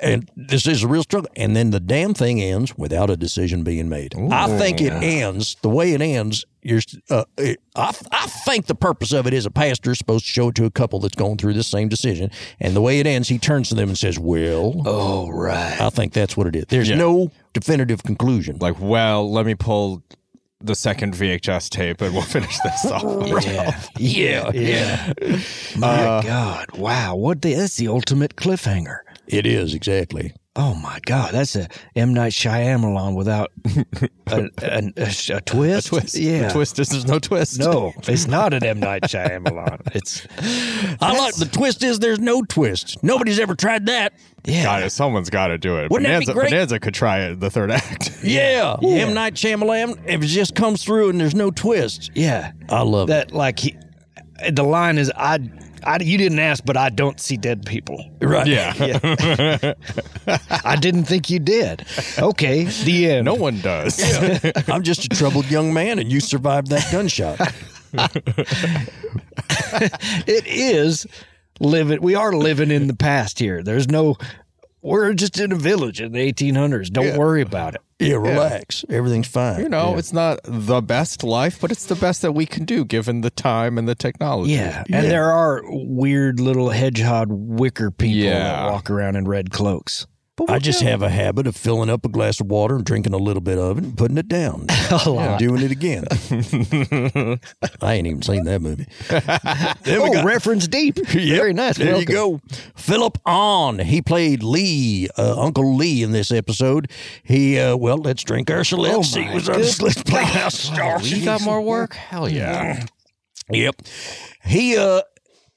D: And this is a real struggle. And then the damn thing ends without a decision being made. I think it ends the way it ends. You're, s- uh, it, I, I think the purpose of it is a pastor is supposed to show it to a couple that's going through this same decision. And the way it ends, he turns to them and says, Well,
E: Oh, right.
D: I think that's what it is. There's
F: Yeah.
D: no definitive conclusion.
F: Like, well, let me pull the second VHS tape and we'll finish this off.
E: Yeah. Yeah. Yeah. My
F: Uh,
E: God. Wow. What the, that's the ultimate cliffhanger.
D: It is exactly.
E: Oh my God, that's a M Night Shyamalan without a, a, a, a twist.
F: A twist.
E: yeah.
F: The twist is there's no twist.
E: No, it's not an M Night Shyamalan. It's
D: I like the twist is there's no twist. Nobody's ever tried that.
E: yeah.
F: Got it. Someone's got to do it.
D: Wouldn't that be
F: Bonanza,
D: great?
F: Bonanza could try it in the third act.
D: Yeah.
E: Uh,
D: M Night Shyamalan. If it just comes through and there's no twist,
E: Yeah,
D: I love
E: that like he, the line is I, I you didn't ask, but I don't see dead people.
D: it. Right.
F: Yeah.
E: I didn't think you did. Okay, the end.
F: no one does.
D: I'm just a troubled young man, and you survived that gunshot.
E: it is living. We are living in the past here. There's no. We're just in a village in the 1800s. Don't worry about it.
D: yeah. Relax. Everything's fine.
F: You know, it's not the best life, but it's the best that we can do given the time and the technology.
E: Yeah. And there are weird little hedgehog wicker people
F: Yeah.
E: that walk around in red cloaks.
D: I just have a habit of filling up a glass of water and drinking a little bit of it and putting it down. And doing it again. I ain't even seen that movie. Then we
E: oh,
D: got-
E: reference deep. Very nice.
D: There
E: Welcome.
D: you go. Philip On. He played Lee, uh, Uncle Lee, in this episode. He, uh, well, let's drink
F: Oh,
D: our Let's
E: my
D: He was on the Let's Playhouse Star.
F: You got more work? Hell yeah.
D: Yep. He, uh,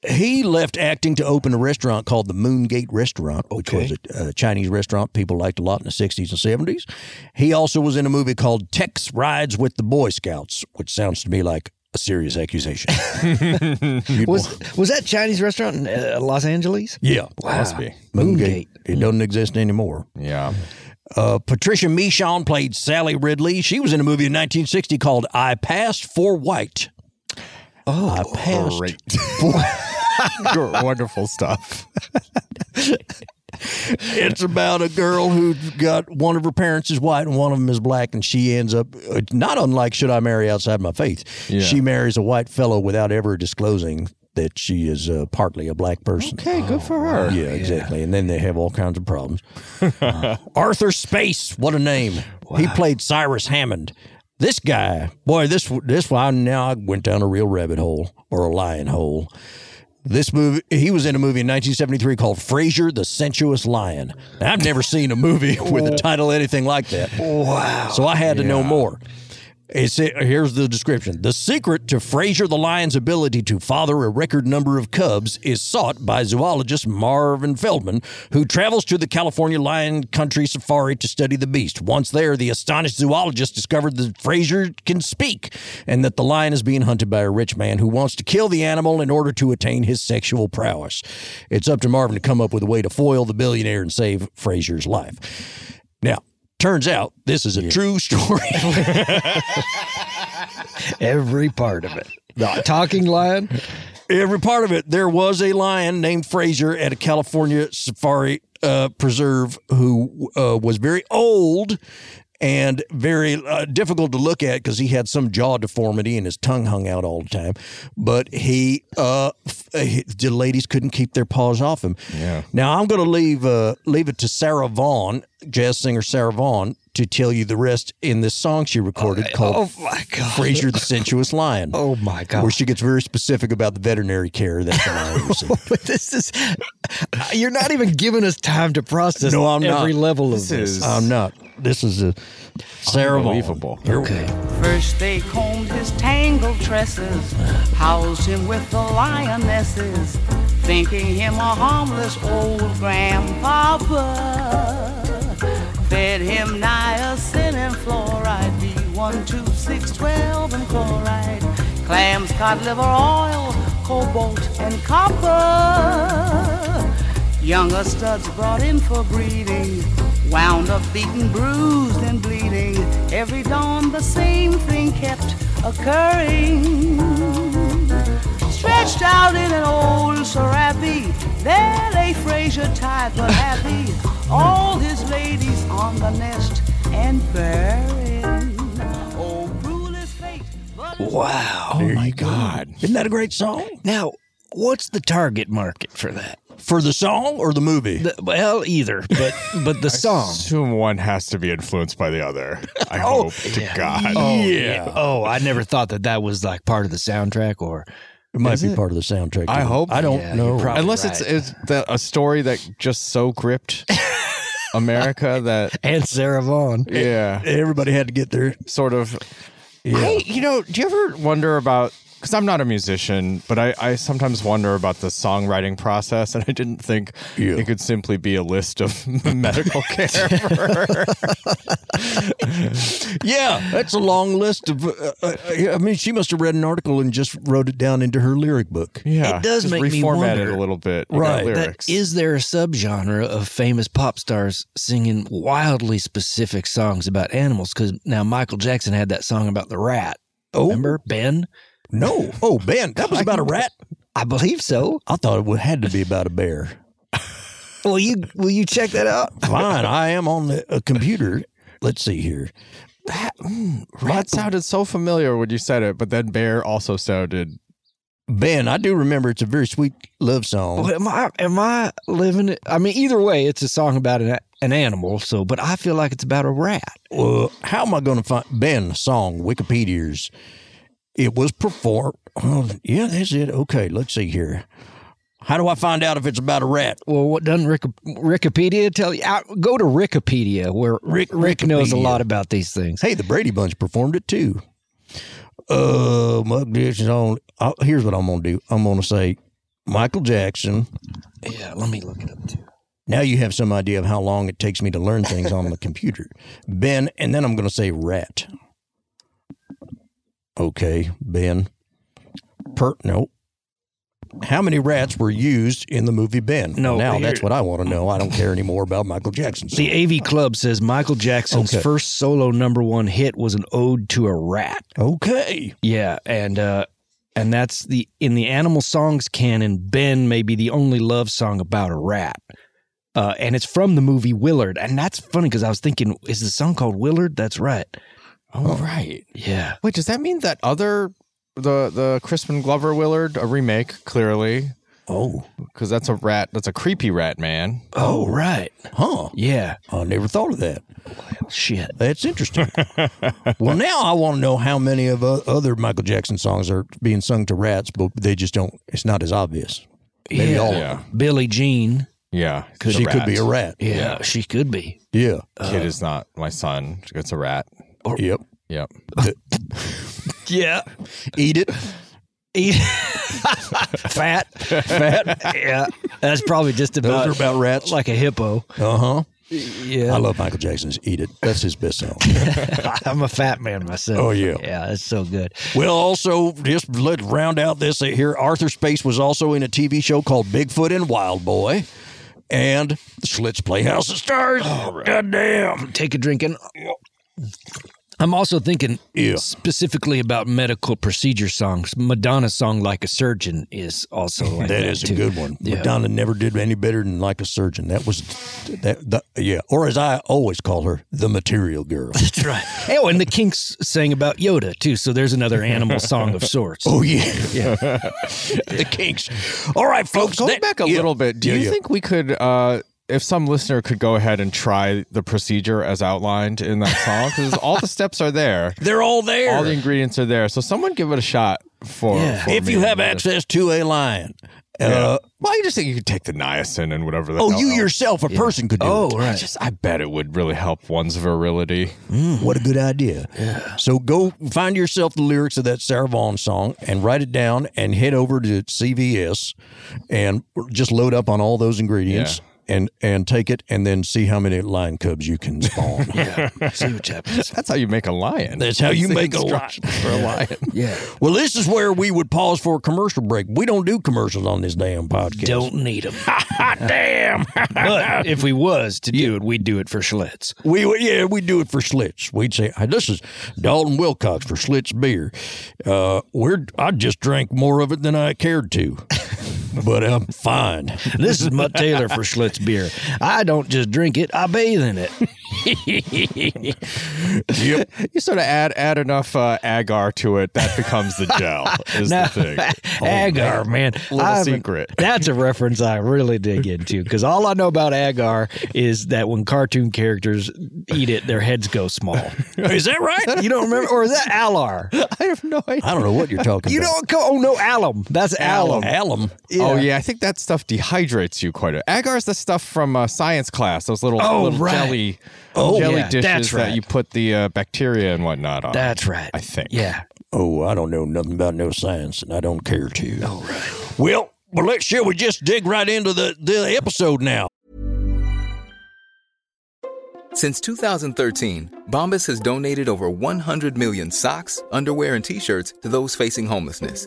D: he left acting to open a restaurant called the Moongate Restaurant, which was a, a Chinese restaurant people liked a lot in the 60s and 70s. He also was in a movie called Tex Rides with the Boy Scouts, which sounds to me like a serious accusation. You'd want-
E: Was was that Chinese restaurant in uh, Los Angeles?
D: yeah.
F: Must be.
D: Moongate. It doesn't exist anymore.
F: Yeah.
D: Uh, Patricia Michon played Sally Ridley. She was in a movie in 1960 called I Passed for White. Oh, I passed.
F: Great. Wonderful stuff.
D: It's about a girl who got one of her parents is white and one of them is black, and she ends up uh, not unlike Should I Marry Outside My Faith?
F: Yeah.
D: She marries a white fellow without ever disclosing that she is uh, partly a black person.
F: Okay, good for her.
D: Yeah, exactly. And then they have all kinds of problems. Uh, Arthur Space, what a name! He played Cyrus Hammond. This guy, boy, this this why now I went down a real rabbit hole or a lion hole. This movie, he was in a movie in 1973 called Frasier the Sensuous Lion. Now, I've never seen a movie with a title anything like that. Wow. So I had to know more. It's, here's the description. The secret to Fraser the lion's ability to father a record number of cubs is sought by zoologist Marvin Feldman, who travels to the California Lion Country Safari to study the beast. Once there, the astonished zoologist discovered that Fraser can speak and that the lion is being hunted by a rich man who wants to kill the animal in order to attain his sexual prowess. It's up to Marvin to come up with a way to foil the billionaire and save Fraser's life. Now, Turns out this is a true story.
E: Every part of it. The talking lion.
D: Every part of it. There was a lion named Fraser at a California safari uh, preserve who uh, was very old and very uh, difficult to look at because he had some jaw deformity and his tongue hung out all the time. But he, uh, f- uh, he- the ladies couldn't keep their paws off him.
F: Yeah.
D: Now I'm going to leave uh, leave it to Sarah Vaughan, jazz singer Sarah Vaughan, to tell you the rest in this song she recorded called
E: Oh my god.
D: Fraser the Sensuous Lion.
E: Oh my god.
D: Where she gets very specific about the veterinary care that the lion received.
E: But this is you're not even giving us time to process
D: No, I'm
E: every
D: not.
E: level of
F: This
E: this.
F: is-
D: I'm not. This is a Sarah Vaughan.
F: Unbelievable.
D: Here we
E: Okay.
B: First they combed his tangled tresses, housed him with the lionesses, thinking him a harmless old grandpapa. Fed him niacin and fluoride, B1, 2, 6, 12 and chloride, clams, cod liver oil, cobalt and copper. Younger studs brought in for breeding, wound up beaten, bruised, and bleeding. Every dawn the same thing kept occurring. Stretched out in an old serape, there lay Fraser tied but happy. All his ladies on the nest and bearing. Oh, cruel is fate, but
H: Wow.
F: Oh my God.
D: Isn't that a great song?
H: Now, what's the target market for that?
D: For the song or the movie?
H: The, well, either, but but the song.
F: Assume one has to be influenced by the other. I
E: Oh,
F: hope to God.
H: yeah. Oh, I never thought that that was like part of the soundtrack or
D: It might
F: Is
D: be
F: it?
D: part of the soundtrack.
F: I
D: too.
F: hope.
D: I don't
H: Yeah,
D: know.
H: you're probably
F: Oh. Unless
H: right.
F: it's, it's the, a story that just so gripped America that,
E: and Sarah Vaughn.
F: yeah.
D: Everybody had to get their
F: sort of. I, you know, do you ever wonder about? Because I'm not a musician, but I, I sometimes wonder about the songwriting process, and I didn't think
D: Yeah.
F: it could simply be a list of medical care. for-
D: Yeah, that's a long list of. Uh, uh, I mean, she must have read an article and just wrote it down into her lyric book.
F: yeah,
E: It does
F: just
E: make me
F: reformat
E: wonder.
F: it a little bit. you know,
D: Right, that
F: lyrics.
E: That is there a subgenre of famous pop stars singing wildly specific songs about animals? Because now Michael Jackson had that song about the rat.
D: Oh.
E: Remember Ben?
D: No, oh Ben, that was about a rat.
E: I believe so.
D: I thought it would- had to be about a bear.
E: Will you will you check that out?
D: Fine, I am on the, a computer. Let's see here. That, mm,
F: That
D: rat-
F: sounded so familiar when you said it, but then bear also sounded.
D: Ben, I do remember it's a very sweet love song.
E: Well, am I am I living it? I mean, either way, it's a song about an, an animal. So, but I feel like it's about a rat.
D: Well, how am I going to find Ben's song Wikipedia's? It was performed. Oh, yeah, that's it. Okay, let's see here. How do I find out if it's about a rat?
E: Well, what doesn't Rick, Rickipedia tell you? I, go to Rickipedia, where Rick, Rick knows a
D: Rickipedia.
E: lot about these things.
D: Hey, the Brady Bunch performed it too. Uh, Mug Dish is on. Uh, here's what I'm going to do I'm going to say Michael Jackson.
E: Yeah, let me look it up too.
D: Now you have some idea of how long it takes me to learn things on the computer. Ben, and then I'm going to say rat. Okay, Ben. Per, no. How many rats were used in the movie Ben?
H: No,
D: Now
H: here-
D: that's what I want to know. I don't care anymore about Michael Jackson. So-
E: The AV Club says Michael Jackson's
D: Okay.
E: first solo number one hit was an ode to a rat.
D: Okay.
E: Yeah, and uh, and that's the in the animal songs canon. Ben may be the only love song about a rat, uh, and it's from the movie Willard. And that's funny because I was thinking, is the song called Willard? That's right.
F: Oh, right.
E: Yeah.
F: Wait, does that mean that other the the Crispin Glover Willard a remake clearly
D: Oh.
F: because that's a rat that's a creepy rat man.
E: Oh right.
D: Huh.
E: Yeah.
D: I never thought of that.
E: Shit.
D: That's interesting. well, now I want to know how many of uh, other Michael Jackson songs are being sung to rats, but they just don't. It's not as obvious. Maybe
E: yeah.
D: all of
E: Billie Jean.
F: Yeah,
D: Because
F: the
D: she could be a rat.
E: Yeah, she could be.
D: Yeah.
F: Kid is not my son. It's a rat.
D: yep.
F: Yep.
E: Yeah.
D: Eat it.
E: Eat E fat.
D: Fat.
E: Yeah. That's probably just about,
D: Those are about rats.
E: Uh, like a hippo.
D: Uh huh.
E: Yeah.
D: I love Michael Jackson's "Eat It." That's his best song.
E: I'm a fat man myself.
D: Oh, yeah.
E: Yeah, that's so good.
D: Well, also just let round out this here. Arthur Space was also in a TV show called Bigfoot and Wild Boy, and Schlitz Playhouse of Stars. Goddamn!
E: Take a drink and I'm also thinking
D: Yeah.
E: specifically about medical procedure songs. Madonna's song "Like a Surgeon" is also like that,
D: that is
E: too.
D: a good one.
E: Yeah.
D: Madonna never did any better than like a surgeon. That was that. The, yeah, or as I always call her, the Material Girl.
E: That's right. Oh, and the Kinks sang about Yoda too. So there's another animal song of sorts.
D: Oh yeah, the Kinks. All right, folks.
F: Going
D: that-
F: back a
D: yeah.
F: little bit, do
D: Yeah,
F: you
D: yeah.
F: think we could, uh, if some listener could go ahead and try the procedure as outlined in that song? Because all the steps are there,
D: they're all there?
F: all the ingredients are there. So someone give it a shot for,
E: Yeah.
F: for
D: if
F: me
D: you
F: and
D: have
F: Liz.
D: access to a lion.
F: Yeah.
D: Uh,
F: well, I just think you could take the niacin and whatever. The
D: oh,
F: hell
D: you
F: else.
D: yourself, a person could do
E: Oh,
D: it.
F: I
E: right.
F: just, I bet it would really help one's virility.
D: Hmm. What a good idea. So go find yourself the lyrics of that Sarah Vaughan song and write it down and head over to CVS and just load up on all those ingredients. And, and take it and then see how many lion cubs you can spawn.
E: See what happens.
F: That's how you make a lion.
D: That's how you
F: the
D: make a lion.
F: instructions for a lion.
E: Yeah.
D: Well, this is where we would pause for a commercial break. We don't do commercials on this damn podcast.
E: Don't need them. Damn. but if we was to do it, we'd do it for Schlitz.
D: We would- yeah, we do it for Schlitz. We'd say "Hey, this is Dalton Wilcox for Schlitz beer. Uh, we're I just drank more of it than I cared to, but I'm fine.
E: This is Mutt Taylor for Schlitz beer. I don't just drink it; I bathe in it.
D: Yep.
F: You sort of add add enough uh, agar to it, that becomes the gel. Is
E: No,
F: the thing. Oh,
E: agar, man.
F: Little
E: I haven't-
F: secret.
E: That's a reference I really dig into because all I know about agar is that when cartoon characters eat it, their heads go small.
D: Is that right?
E: You don't remember, or is that alar?
F: I have no idea.
D: I don't know what you're talking
E: You
D: about.
E: don't. Go, oh no, alum. That's alum.
D: alum.
F: Oh yeah, I think that stuff dehydrates you quite a. Agar's the stuff from uh, science class. Those little,
E: Oh,
F: little
E: right.
F: jelly,
E: Oh,
F: jelly
E: yeah,
F: dishes
E: that's right.
F: that you put the uh, bacteria and whatnot on.
E: That's right.
F: I think.
E: Yeah.
D: Oh, I don't know nothing about no science, and I don't care to. All right. Well, well, let's shall we just dig right into the the episode now?
I: Since 2013, Bombas has donated over 100 million socks, underwear, and t shirts to those facing homelessness.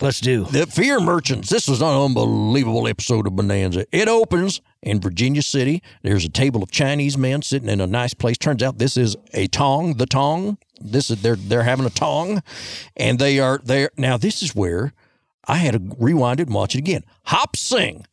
E: Let's do.
D: The Fear Merchants. This was an unbelievable episode of Bonanza. It opens in Virginia City. There's a table of Chinese men sitting in a nice place. Turns out this is a tong, the tong. This is they're they're having a tong, and they are there now. This is where I had to rewind it and watch it again. Hop Sing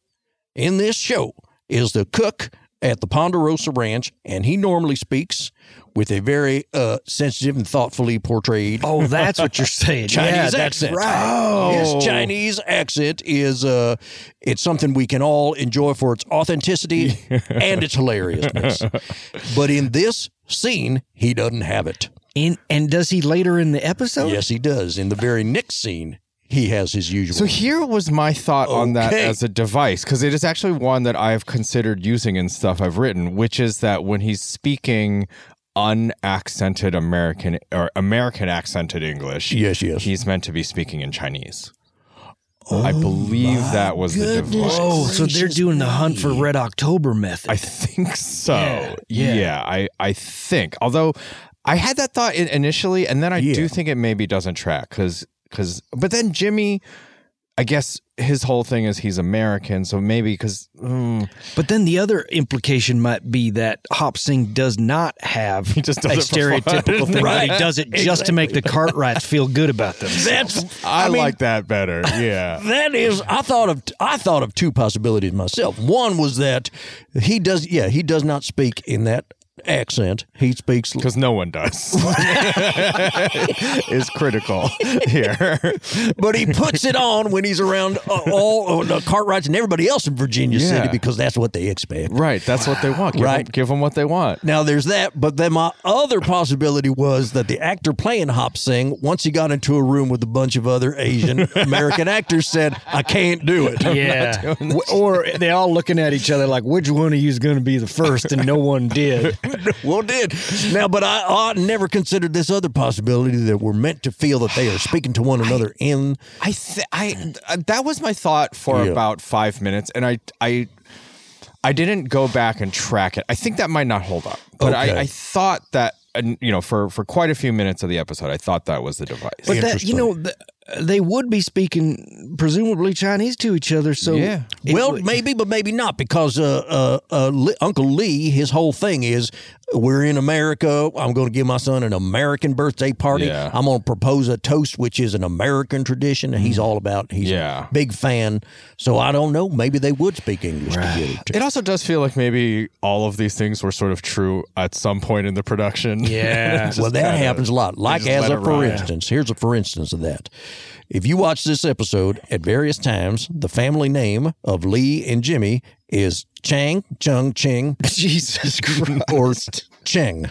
D: in this show is the cook at the Ponderosa Ranch, and he normally speaks with a very uh, sensitive and thoughtfully portrayed
E: Oh, that's what you're saying.
D: Chinese
E: yeah, that's
D: accent.
E: right.
D: His Chinese accent is uh, it's something we can all enjoy for its authenticity and its hilariousness. But in this scene, he doesn't have it.
E: In, and does he later in the episode?
D: Yes, he does. In the very next scene, he has his usual.
F: So here was my thought on that
D: Okay.
F: as a device, because it is actually one that I've considered using in stuff I've written, which is that when he's speaking unaccented American or American accented English,
D: Yes, yes.
F: he's meant to be speaking in Chinese. I believe that was the device.
E: Oh, so they're doing the hunt for Red October method.
F: I think so. Yeah,
E: yeah.
F: I, I think. Although I had that thought in, initially, and then I do think it maybe doesn't track because because. But then Jimmy, I guess his whole thing is he's American, so maybe mm, because.
E: But then the other implication might be that Hop Singh does not have
F: just
E: a
F: does it for fun.
E: stereotypical thing.
F: Right.
E: He does it just to make the Cartwrights feel good about themselves.
D: That's
F: I,
D: mean,
F: like that better. Yeah.
D: That is, I thought of I thought of two possibilities myself. One was that he does, yeah, he does not speak in that accent. He speaks
F: because no one does. is critical here.
D: but he puts it on when he's around uh, all uh, the Cartwrights and everybody else in Virginia City
F: Yeah.
D: because that's what they expect.
F: Right. That's what they want. Give 'em-
D: Right.
F: give them what they want.
D: Now there's that, but then my other possibility was that the actor playing Hop Sing, once he got into a room with a bunch of other Asian American actors, said, "I can't do it." I'm not
E: Yeah.
D: doing this."
E: Or they all looking at each other like, which one of you is going to be the first? And no one did.
D: well, did now, but I, I never considered this other possibility that we're meant to feel that they are speaking to one another in.
F: I th- I th- that was my thought for
D: Yeah.
F: about five minutes, and I I I didn't go back and track it. I think that might not hold up, but
D: Okay.
F: I, I thought that and you know for for quite a few minutes of the episode, I thought that was the device.
E: But that, you know, th- they would be speaking presumably Chinese to each other. So
F: Yeah.
E: it
D: well,
E: would-
D: maybe, but maybe not because uh, uh, uh, Li- Uncle Lee, his whole thing is we're in America. I'm going to give my son an American birthday party.
F: Yeah.
D: I'm going to propose a toast, which is an American tradition. And he's all about, he's
F: Mm. Yeah.
D: a big fan. So I don't know. Maybe they would speak English together.
F: It also does feel like maybe all of these things were sort of true at some point in the production.
E: Yeah.
F: Just
D: well, that
F: kinda-
D: happens a lot.
F: they
D: Like
F: just
D: as
F: let
D: a
F: it
D: for
F: ride.
D: instance, here's a for instance of that. If you watch this episode at various times, the family name of Lee and Jimmy is Chang, Chung, Ching,
E: Jesus Christ.
D: or Cheng.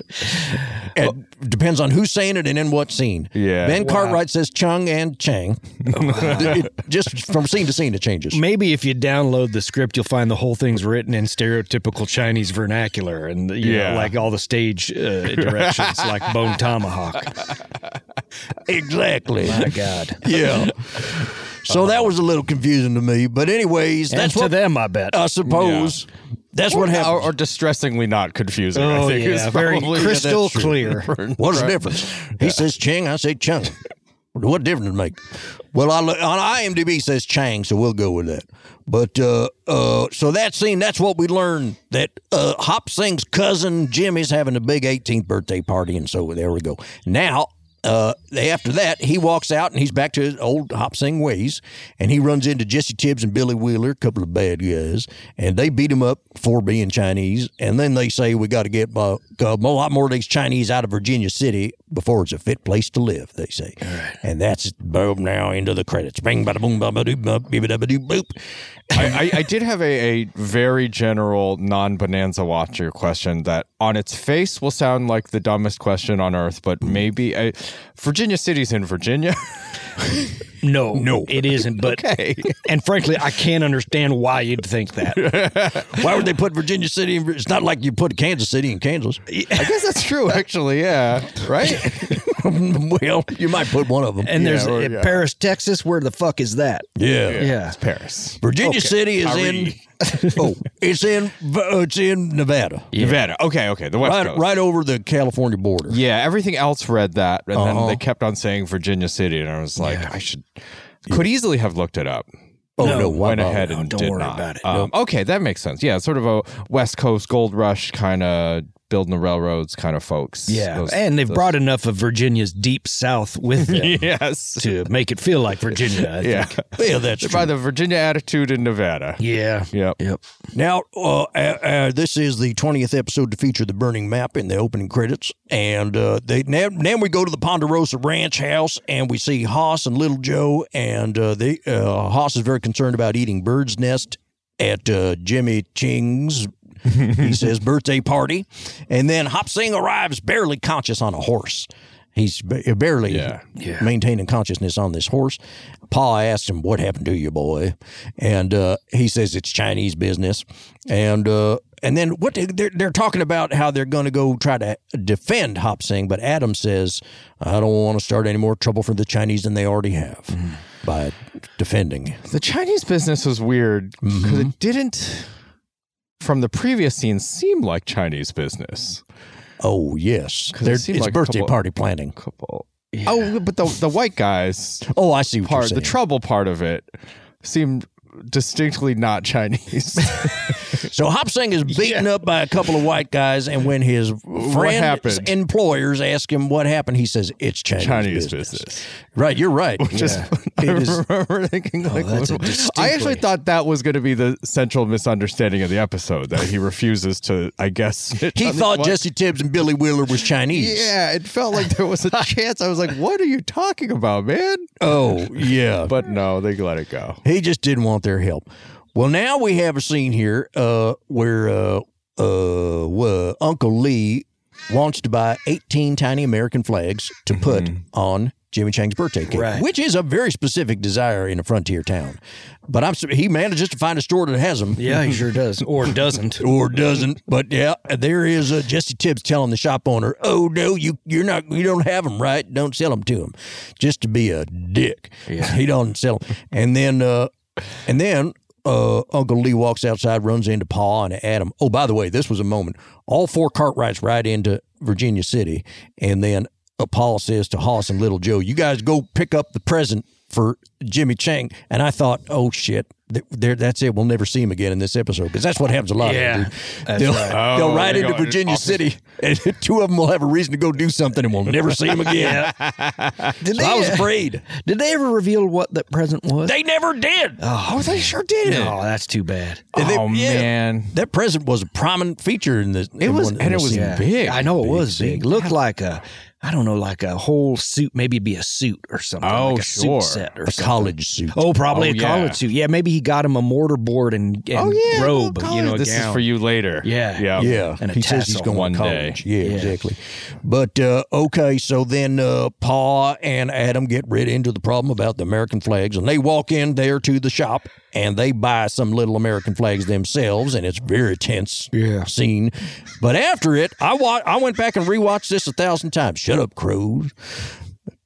D: It depends on who's saying it and in what scene.
F: Yeah.
D: Ben
F: Wow.
D: Cartwright says Chung and Chang. It- just from scene to scene, it changes.
E: Maybe if you download the script, you'll find the whole thing's written in stereotypical Chinese vernacular and you
F: Yeah.
E: know, like all the stage uh, directions, like bone tomahawk.
D: Exactly.
E: My God.
D: yeah. So that was a little confusing to me, but anyways,
E: And
D: that's
E: to
D: what
E: them, I bet.
D: I suppose that's
F: Or-
D: what happens.
F: or, or distressingly not confusing. I
E: Oh,
F: think
E: yeah,
F: is
E: very
F: probably-
E: crystal
F: that's true.
E: clear.
D: What's the difference? He says Chang, I say Chung. What difference does it make? Well, I look, on IMDb says Chang, so we'll go with that. But uh, uh, so that scene, that's what we learned that uh, Hop Singh's cousin Jimmy's having a big 18th birthday party, and so there we go. Now. Uh, after that, he walks out and he's back to his old Hop Sing ways, and he runs into Jesse Tibbs and Billy Wheeler, a couple of bad guys, and they beat him up for being Chinese. And then they say we got to get uh, a lot more of these Chinese out of Virginia City before it's a fit place to live. They say, and that's boom now into the credits. Bing, bada boom, bada doo, bada bada doo, boop.
F: I, I, I did have a, a very general non bonanza watcher question that on its face will sound like the dumbest question on earth, but maybe I, Virginia City's in Virginia.
E: No,
D: No.
E: it isn't. But and frankly, I can't understand why you'd think that.
D: Why would they put Virginia City? In, Vir- it's not like you put Kansas City in Kansas.
F: I guess that's true, actually. Yeah. Right?
D: well, you might put one of them.
E: And there's
F: or-
E: uh,
F: yeah.
E: Paris, Texas. Where the fuck is that?
D: yeah.
E: Yeah.
F: It's Paris.
D: Virginia
F: Okay.
D: City is
F: Kyrie.
D: in. Oh, it's in. uh, It's in Nevada,
F: Nevada. Okay, okay. The West
D: right,
F: Coast.
D: right over the California border.
F: Yeah, everything else read that. And
D: Uh-huh.
F: then they kept on saying Virginia City. And I was like, I should, could easily have looked it up.
D: Oh no, why
F: went
D: bother?
F: ahead and
E: don't
F: did
E: worry
F: not.
E: about it.
F: Um, Okay, that makes sense. Yeah, sort of a West Coast gold rush kind of building the railroads kind of folks.
E: Yeah,
F: Those-
E: and they've
F: those-
E: brought enough of Virginia's deep South with them
F: yes,
E: to make it feel like Virginia. I
F: yeah,
E: Think.
D: Yeah, that's
F: They're
D: true.
F: by the Virginia attitude in Nevada.
E: Yeah.
F: Yep.
D: Now, uh, uh, uh, this is the 20th episode to feature the burning map in the opening credits. And uh, they now, now we go to the Ponderosa Ranch house and we see Haas and Little Joe. And uh, they, uh, Haas is very concerned about eating bird's nest at uh, Jimmy Ching's, he says, birthday party. And then Hop Sing arrives barely conscious on a horse. He's ba- uh, barely
F: Yeah.
D: maintaining consciousness on this horse. Pa asks him, "What happened to you, boy?" And uh, he says, "It's Chinese business." And uh, and then what they- they're they're talking about how they're going to go try to defend Hop Sing, but Adam says, "I don't want to start any more trouble for the Chinese than they already have." by defending.
F: The Chinese business was weird because it didn't, from the previous scene, seem like Chinese business.
D: Oh yes,
F: 'Cause it
D: They're-
F: seemed
D: it's
F: like a
D: birthday
F: couple-
D: party planning.
F: Couple. Oh, but the the white guys.
D: oh, I see. What
F: part
D: you're
F: the
D: saying.
F: trouble part of it seemed distinctly not Chinese.
D: So Hop Sing is beaten up by a couple of white guys, and when his friend's
F: happened?
D: employers ask him what happened, he says it's Chinese,
F: Chinese
D: business.
F: business.
D: Right, you're right.
F: Which is- I remember thinking, like,
D: Oh, that's a
F: what- I actually
D: distinctly-
F: thought that was going to be the central misunderstanding of the episode that he refuses to, I guess. snitch
D: He
F: on the
D: thought
F: white-
D: Jesse Tibbs and Billy Wheeler was Chinese.
F: Yeah, it felt like there was a chance. I was like, what are you talking about, man?
D: Oh, yeah.
F: But no, they let it go.
D: He just didn't want their help. Well, now we have a scene here uh, where uh, uh, wha- Uncle Lee wants to buy 18 tiny American flags to put on Jimmy Chang's birthday cake,
J: Right.
D: which is a very specific desire in a frontier town. But I'm su- he manages to find a store that has them.
E: Yeah, he sure does. Or doesn't.
D: or doesn't. But yeah, there is uh, Jesse Tibbs telling the shop owner, "Oh no, you you're not you don't have them right. Don't sell them to him," just to be a dick.
J: Yeah.
D: he don't sell them. And then uh, and then uh, Uncle Lee walks outside, runs into Pa and Adam. Oh, by the way, this was a moment. All four Cartwrights ride into Virginia City, and then uh, Paul says to Hoss and Little Joe, "You guys go pick up the present." For Jimmy Chang, and I thought, oh shit, th- there, that's it. We'll never see him again in this episode because that's what happens a lot.
E: Yeah,
D: dude.
E: that's
D: they'll,
E: right.
D: they'll
E: Oh,
D: ride
E: they
D: into
E: go-
D: Virginia City, and two of them will have a reason to go do something, and we'll never see them again.
E: Did
D: So I was afraid.
E: Did they ever reveal what that present was?
D: uh, They never did.
E: Oh,
D: they sure did.
E: No, that's too bad.
D: oh man, that present was a prominent feature in this. It
F: was- and it was big.
E: I know it
D: Big
E: was
D: scene.
E: big. Looked like a, I don't know, like a whole suit. Maybe it'd be a suit or something.
F: Oh,
E: like a
F: sure.
E: Suit set or
D: a
E: something.
D: college suit.
E: Oh, probably
F: Oh,
E: a
F: yeah.
E: college suit. Yeah, maybe he got him a mortar board and, and
F: Oh, yeah,
E: robe.
F: little
E: You know, a
F: This is
E: gown.
F: for you later.
E: Yeah.
F: Yeah.
D: yeah,
E: And a
D: he says he's
E: tassel.
D: going
F: One
D: to college.
F: day.
D: Yeah,
E: Yeah.
D: exactly. But uh, okay, so then uh, Pa and Adam get right into the problem about the American flags, and they walk in there to the shop and they buy some little American flags themselves, and it's very tense
E: Yeah.
D: scene. But after it, I wa- I went back and rewatched this a thousand times. Shut up, crows!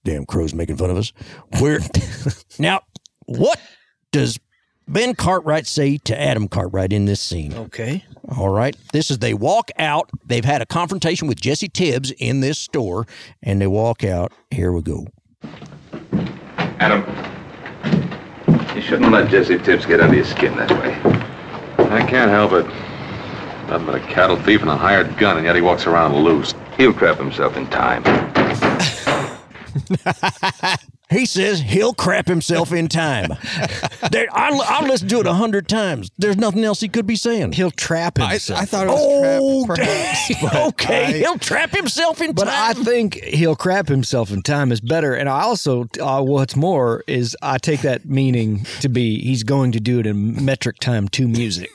D: Damn crows making fun of us. Where now? What does Ben Cartwright say to Adam Cartwright in this scene?
E: Okay.
D: All right. This is they walk out. They've had a confrontation with Jesse Tibbs in this store, and they walk out. Here we go.
K: Adam, you shouldn't let Jesse Tips get under your skin that way. I can't help it. Nothing but a cattle thief and a hired gun, and yet he walks around loose. He'll crap himself in time.
D: He says he'll crap himself in time. there, I, I listened to it a hundred times. There's nothing else he could be saying.
E: He'll trap
F: I,
E: himself.
F: I thought it was
D: Oh,
F: trap, perhaps, but
D: okay,
F: I-
D: he'll trap himself in
E: But I
D: time.
E: think he'll crap himself in time is better. And I also, uh, what's more, is I take that meaning to be he's going to do it in metric time to music.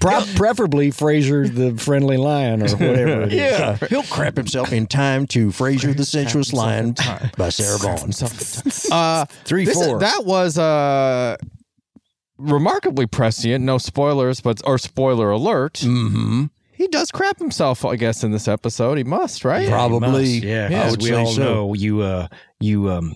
E: Pro- preferably Fraser the Friendly Lion or whatever it is.
D: yeah, he'll crap himself in time to Fraser the Sensuous Lion by Sarah Vaughan.
F: uh,
E: Three,
F: this-
E: four.
F: that was uh, remarkably prescient. No spoilers, but or spoiler alert.
D: Mm-hmm.
F: He does crap himself, I guess, in this episode. He must, right?
D: Probably.
E: Must, yeah,
D: I
E: because
D: would
E: we
D: say
E: all
D: so.
E: know you uh, you um,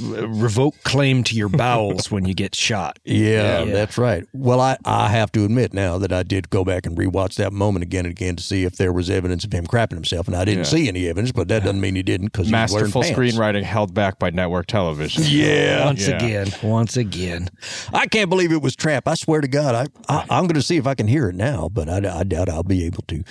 E: re- revoke claim to your bowels when you get shot.
D: Yeah,
E: Yeah.
D: that's right. Well, I, I have to admit now that I did go back and rewatch that moment again and again to see if there was evidence of him crapping himself, and I didn't
F: Yeah.
D: see any evidence, but that doesn't mean he didn't because
F: Masterful
D: he was wearing pants.
F: screenwriting held back by network television.
D: Yeah.
E: Once
F: Yeah.
E: again, once again.
D: I can't believe it was Trap. I swear to God, I, I I'm going to see if I can hear it now, but I, I doubt I'll be able to.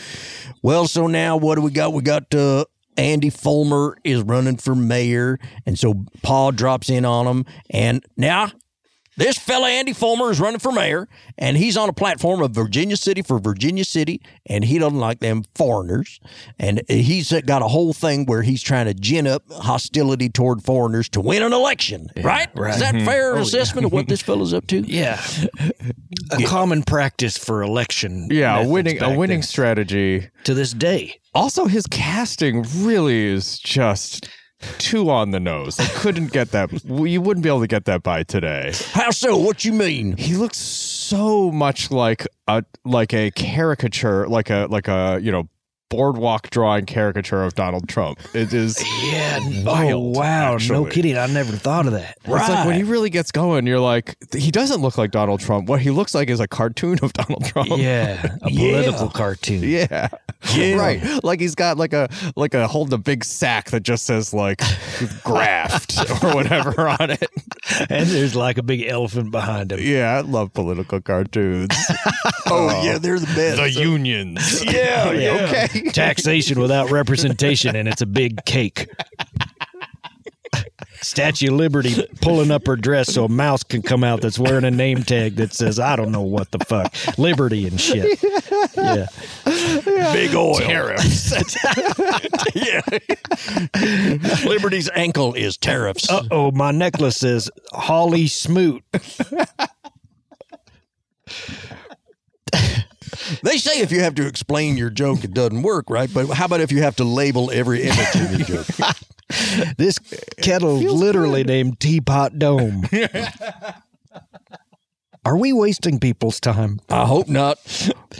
D: Well, so now what do we got? We got uh, Andy Fulmer is running for mayor, and so Paul drops in on him, and now. This fella Andy Fulmer is running for mayor, and he's on a platform of Virginia City for Virginia City, and he doesn't like them foreigners. And he's got a whole thing where he's trying to gin up hostility toward foreigners to win an election. right?
E: right.
D: Is that
E: Mhm.
D: fair
E: Oh, yeah.
D: assessment of what this fella's up to?
E: Yeah. A common practice for election.
F: Yeah, a
E: methods
F: winning a
E: back
F: winning
E: then.
F: strategy.
E: to this day.
F: Also, his casting really is just too on the nose. I couldn't get that. You wouldn't be able to get that by today.
D: How so? What you mean?
F: He looks so much like a like a caricature, like a like a you know boardwalk drawing caricature of Donald Trump. It is
E: yeah.
F: wild.
E: oh wow, no
F: actually.
E: kidding. I never thought of that.
F: It's like when he really gets going, you're like, he doesn't look like Donald Trump. What he looks like is a cartoon of Donald Trump.
E: Yeah, a political cartoon.
F: Yeah.
E: Yeah.
F: Right. Like he's got like a like a holding a big sack that just says like graft or whatever on it.
E: And there's like a big elephant behind him.
F: Yeah, I love political cartoons.
E: Oh, yeah, they're the best.
F: The
E: So-
F: unions.
E: Yeah,
F: yeah.
E: okay. Taxation without representation, and it's a big cake. Statue of Liberty pulling up her dress so a mouse can come out that's wearing a name tag that says, I don't know what the fuck, Liberty and shit. Yeah.
D: Big oil.
E: Tariffs.
D: yeah. Liberty's ankle is tariffs.
E: Uh oh, my necklace says Holly Smoot.
D: They say if you have to explain your joke, it doesn't work, right? But how about if you have to label every image in your joke?
E: This kettle literally named Teapot Dome. Are we wasting people's time?
D: I hope not,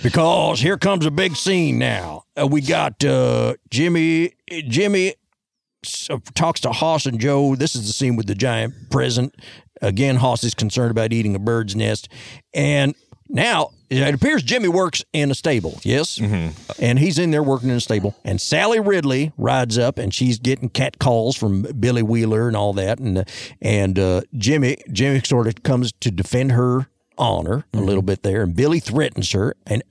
D: because here comes a big scene now. Uh, we got uh, Jimmy. Jimmy s- uh, talks to Hoss and Joe. This is the scene with the giant present. Again, Hoss is concerned about eating a bird's nest, and now it appears Jimmy works in a stable. Yes, and he's in there working in a stable. And Sally Ridley rides up, and she's getting cat calls from Billy Wheeler and all that. And uh, and uh, Jimmy Jimmy sort of comes to defend her honor a little bit there, and Billy threatens her and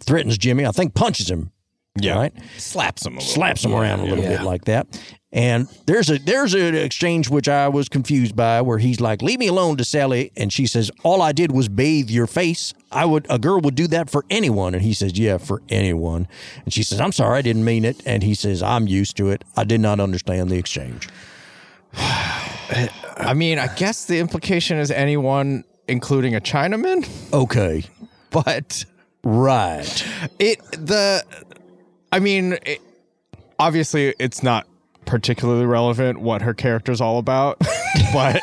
D: threatens Jimmy. I think punches him.
F: Yeah,
D: right.
F: Slaps him. A little.
D: slaps him around a little
F: Yeah.
D: bit like that. And there's a there's an exchange which I was confused by where he's like, "Leave me alone," to Sally, and she says, "All I did was bathe your face. I would a girl would do that for anyone." And he says, "Yeah, for anyone." And she says, "I'm sorry, I didn't mean it." And he says, "I'm used to it. I did not understand the exchange."
F: I mean, I guess the implication is anyone, including a Chinaman.
D: Okay,
F: but
D: right,
F: it the, I mean, it, obviously it's not particularly relevant what her character's all about, but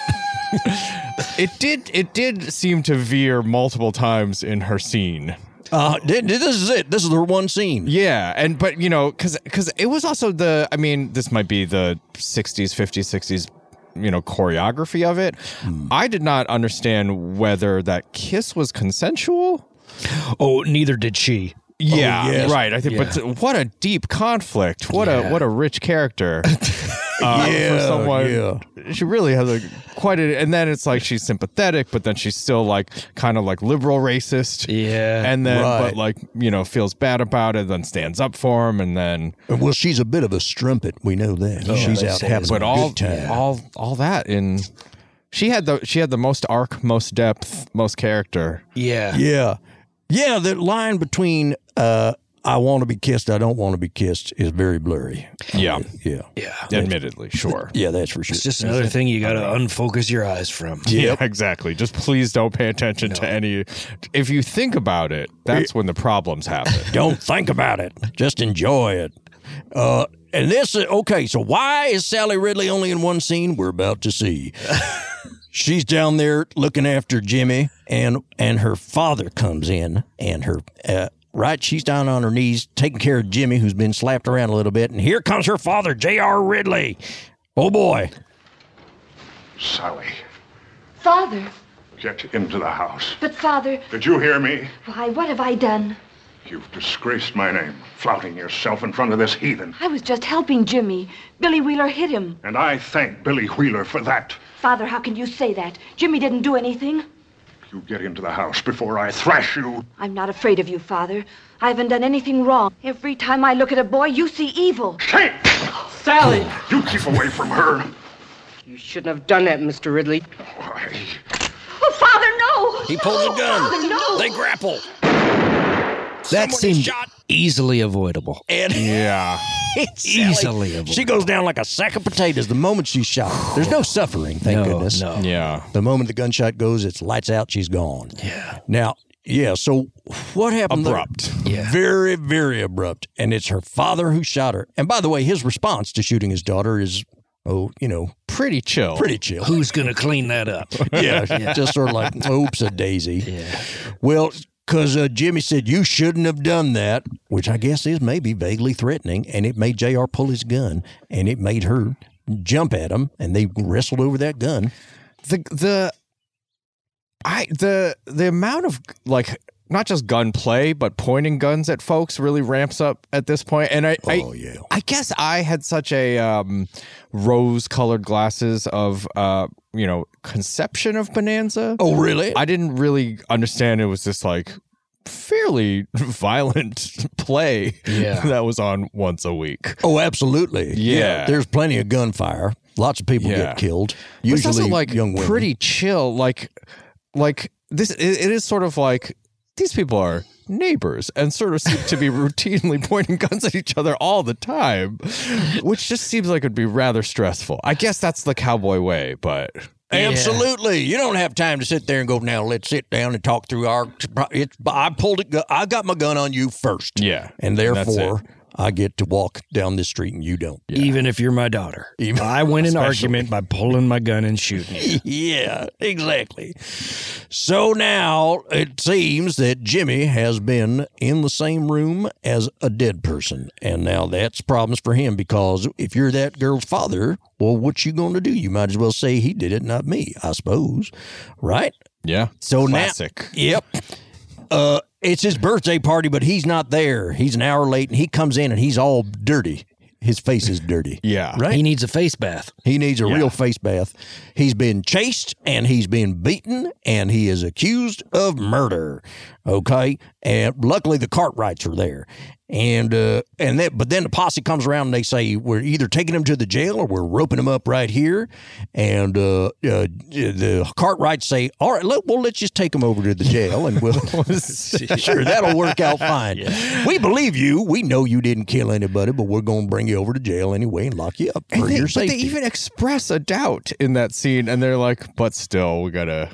F: it did it did seem to veer multiple times in her scene.
D: Uh, th- th- this is it. This is her one scene.
F: Yeah, and but you know, because because it was also the. I mean, this might be the '60s, '50s, '60s. You know, choreography of it.
E: Hmm.
F: I did not understand whether that kiss was consensual.
E: Oh, neither did she.
F: Yeah,
E: Oh, yes.
F: right. I think,
E: Yeah.
F: but what a deep conflict. What
E: Yeah.
F: a what a rich character. uh,
D: Yeah,
F: for someone,
D: yeah.
F: she really has a quite a. And then it's like she's sympathetic, but then she's still like kind of like liberal racist.
E: Yeah,
F: and then
D: right.
F: but like you know feels bad about it, then stands up for him, and then
D: Well, she's a bit of a strumpet. We know
F: Oh,
D: that. she's out having
F: but
D: a
F: all,
D: good time.
F: all all that in. She had the she had the most arc, most depth, most character.
E: Yeah.
D: Yeah. Yeah, that line between uh I want to be kissed, I don't want to be kissed is very blurry.
F: Yeah,
D: yeah,
E: yeah.
F: Admittedly, sure.
D: Yeah, that's for sure.
E: It's just another thing you got to unfocus your eyes from.
F: Yeah, exactly. Just please don't pay attention to any. If you think about it, that's when the problems happen.
D: Don't think about it. Just enjoy it. Uh and this is okay, so why is Sally Ridley only in one scene? We're about to see. She's down there looking after Jimmy and and her father comes in and her uh, right she's down on her knees taking care of Jimmy who's been slapped around a little bit and here comes her father J.R. Ridley. Oh boy.
L: Sally,
M: Father,
L: get into the house.
M: but father,
L: Did you hear me?
M: why, what have I done?
L: You've disgraced my name, flouting yourself in front of this heathen.
M: I was just helping Jimmy. Billy Wheeler hit him.
L: And I thank Billy Wheeler for that.
M: Father, how can you say that? Jimmy didn't do anything.
L: You get into the house before I thrash you.
M: I'm not afraid of you, father. I haven't done anything wrong. Every time I look at a boy, you see evil.
L: Hey!
N: Sally!
L: You keep away from her.
N: You shouldn't have done that, Mr. Ridley.
M: Oh, father, no!
N: He pulls a gun.
M: Father, no!
D: They grapple.
E: That seemed easily avoidable.
D: And
F: yeah,
D: it's
E: easily avoidable.
D: She goes down like a sack of potatoes the moment she's shot. There's no suffering, thank
E: No,
D: goodness.
E: no.
F: Yeah.
D: The moment the gunshot goes, it's lights out. She's gone. Yeah. Now, yeah. So what happened? there?
F: Abrupt.
E: Yeah.
D: Very, very abrupt. And it's her father who shot her. And by the way, his response to shooting his daughter is, oh, you know,
F: pretty chill.
D: Pretty chill.
E: Who's going to clean that up?
D: yeah, just sort of like, oops, a daisy. Well, because uh, Jimmy said you shouldn't have done that, which I guess is maybe vaguely threatening, and it made Jr. pull his gun, and it made her jump at him, and they wrestled over that gun.
F: The the I the the amount of like not just gunplay but pointing guns at folks really ramps up at this point and I I, I guess I had such a um, rose colored glasses of uh you know conception of bonanza
D: Oh, really?
F: I didn't really understand it was just like fairly violent play
D: Yeah.
F: that was on once a week
D: Oh, absolutely.
F: Yeah.
D: there's plenty of gunfire. Lots of people
F: Yeah.
D: get killed.
F: But it's
D: Usually,
F: also, like
D: young women.
F: pretty chill. Like, like this. It, it is sort of like these people are neighbors and sort of seem to be routinely pointing guns at each other all the time, which just seems like it'd be rather stressful. I guess that's the cowboy way, but
D: Absolutely. You don't have time to sit there and go, now let's sit down and talk through our. It's, I pulled it. I got my gun on you first.
F: Yeah.
D: And
F: That's it.
D: therefore, I get to walk down this street and you don't.
E: Even if you're my daughter. I win an argument by pulling my gun and shooting you.
D: yeah, exactly. So now it seems that Jimmy has been in the same room as a dead person, and now that's problems for him because if you're that girl's father, well, what you going to do? You might as well say he did it, not me, I suppose, right?
F: Yeah.
D: So
F: Classic.
D: now, yep. Uh, it's his birthday party, but he's not there. He's an hour late, and he comes in and he's all dirty. His face is dirty.
F: yeah.
D: Right.
E: He needs a face bath.
D: He needs a
E: Yeah.
D: real face bath. He's been chased and he's been beaten and he is accused of murder. Okay, and luckily the Cartwrights are there, and uh, and that but then the posse comes around and they say we're either taking him to the jail or we're roping him up right here, and uh, uh, the Cartwrights say all right, let, well let's just take him over to the jail and we'll sure that'll work out fine. We believe you. We know you didn't kill anybody, but we're going to bring you over to jail anyway and lock you up for
F: And they,
D: your
F: but
D: safety.
F: they even express a doubt in that scene, and they're like, "But still, we gotta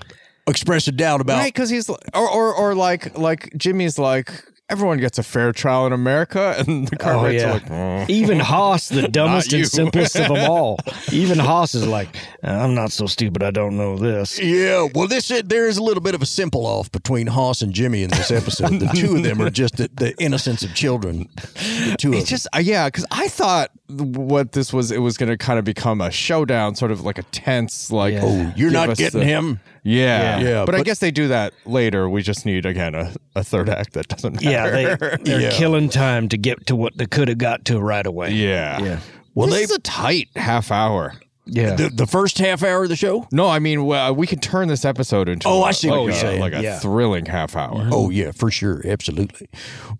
D: express a doubt about
F: right." Because he's or, or or like like Jimmy's like everyone gets a fair trial in America, and the
E: Oh,
F: Cartwrights
E: yeah.
F: are like, "Mm."
E: Even Haas, the
F: Not
E: dumbest
F: you."
E: and simplest of them all. Even Haas is like, I'm not so stupid. I don't know this.
D: Yeah, well, this is, there is a little bit of a simple off between Haas and Jimmy in this episode. The two of them are just the, the innocence of children. The two of
F: It's just uh, yeah, because I thought what this was, it was going to kind of become a showdown, sort of like a tense, like
D: Oh, you're
F: give
D: not
F: us
D: getting him?
F: Yeah,
D: Yeah. Yeah,
F: But, I
D: but-
F: guess they do that later. We just need again a, a third act that doesn't
E: Yeah,
F: matter.
E: they, they're killing time to get to what they could have got to right away.
F: Yeah,
E: yeah.
F: Well, this is a tight half hour.
E: Yeah. The-
D: first half hour of the show.
F: No, I mean well, we can turn this episode into.
D: Oh, I
F: a-
D: see what
F: like
D: you're
F: a-
D: saying.
F: Like a
D: Yeah.
F: thrilling half hour.
D: Oh yeah, for sure, absolutely.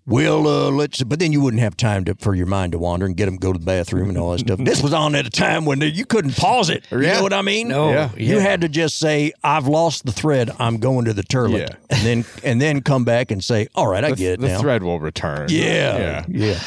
D: Well, uh, let's. But then you wouldn't have time to, for your mind to wander and get them to go to the bathroom and all that stuff. This was on at a time when you couldn't pause it. You
F: Yeah.
D: know what I mean?
F: No, Yeah.
D: you
F: yeah.
D: had to just say, "I've lost the thread. I'm going to the toilet,"
F: Yeah.
D: and then and then come back and say, "All right, I
F: The-
D: get it
F: The
D: now."
F: thread will return.
D: Yeah, yeah.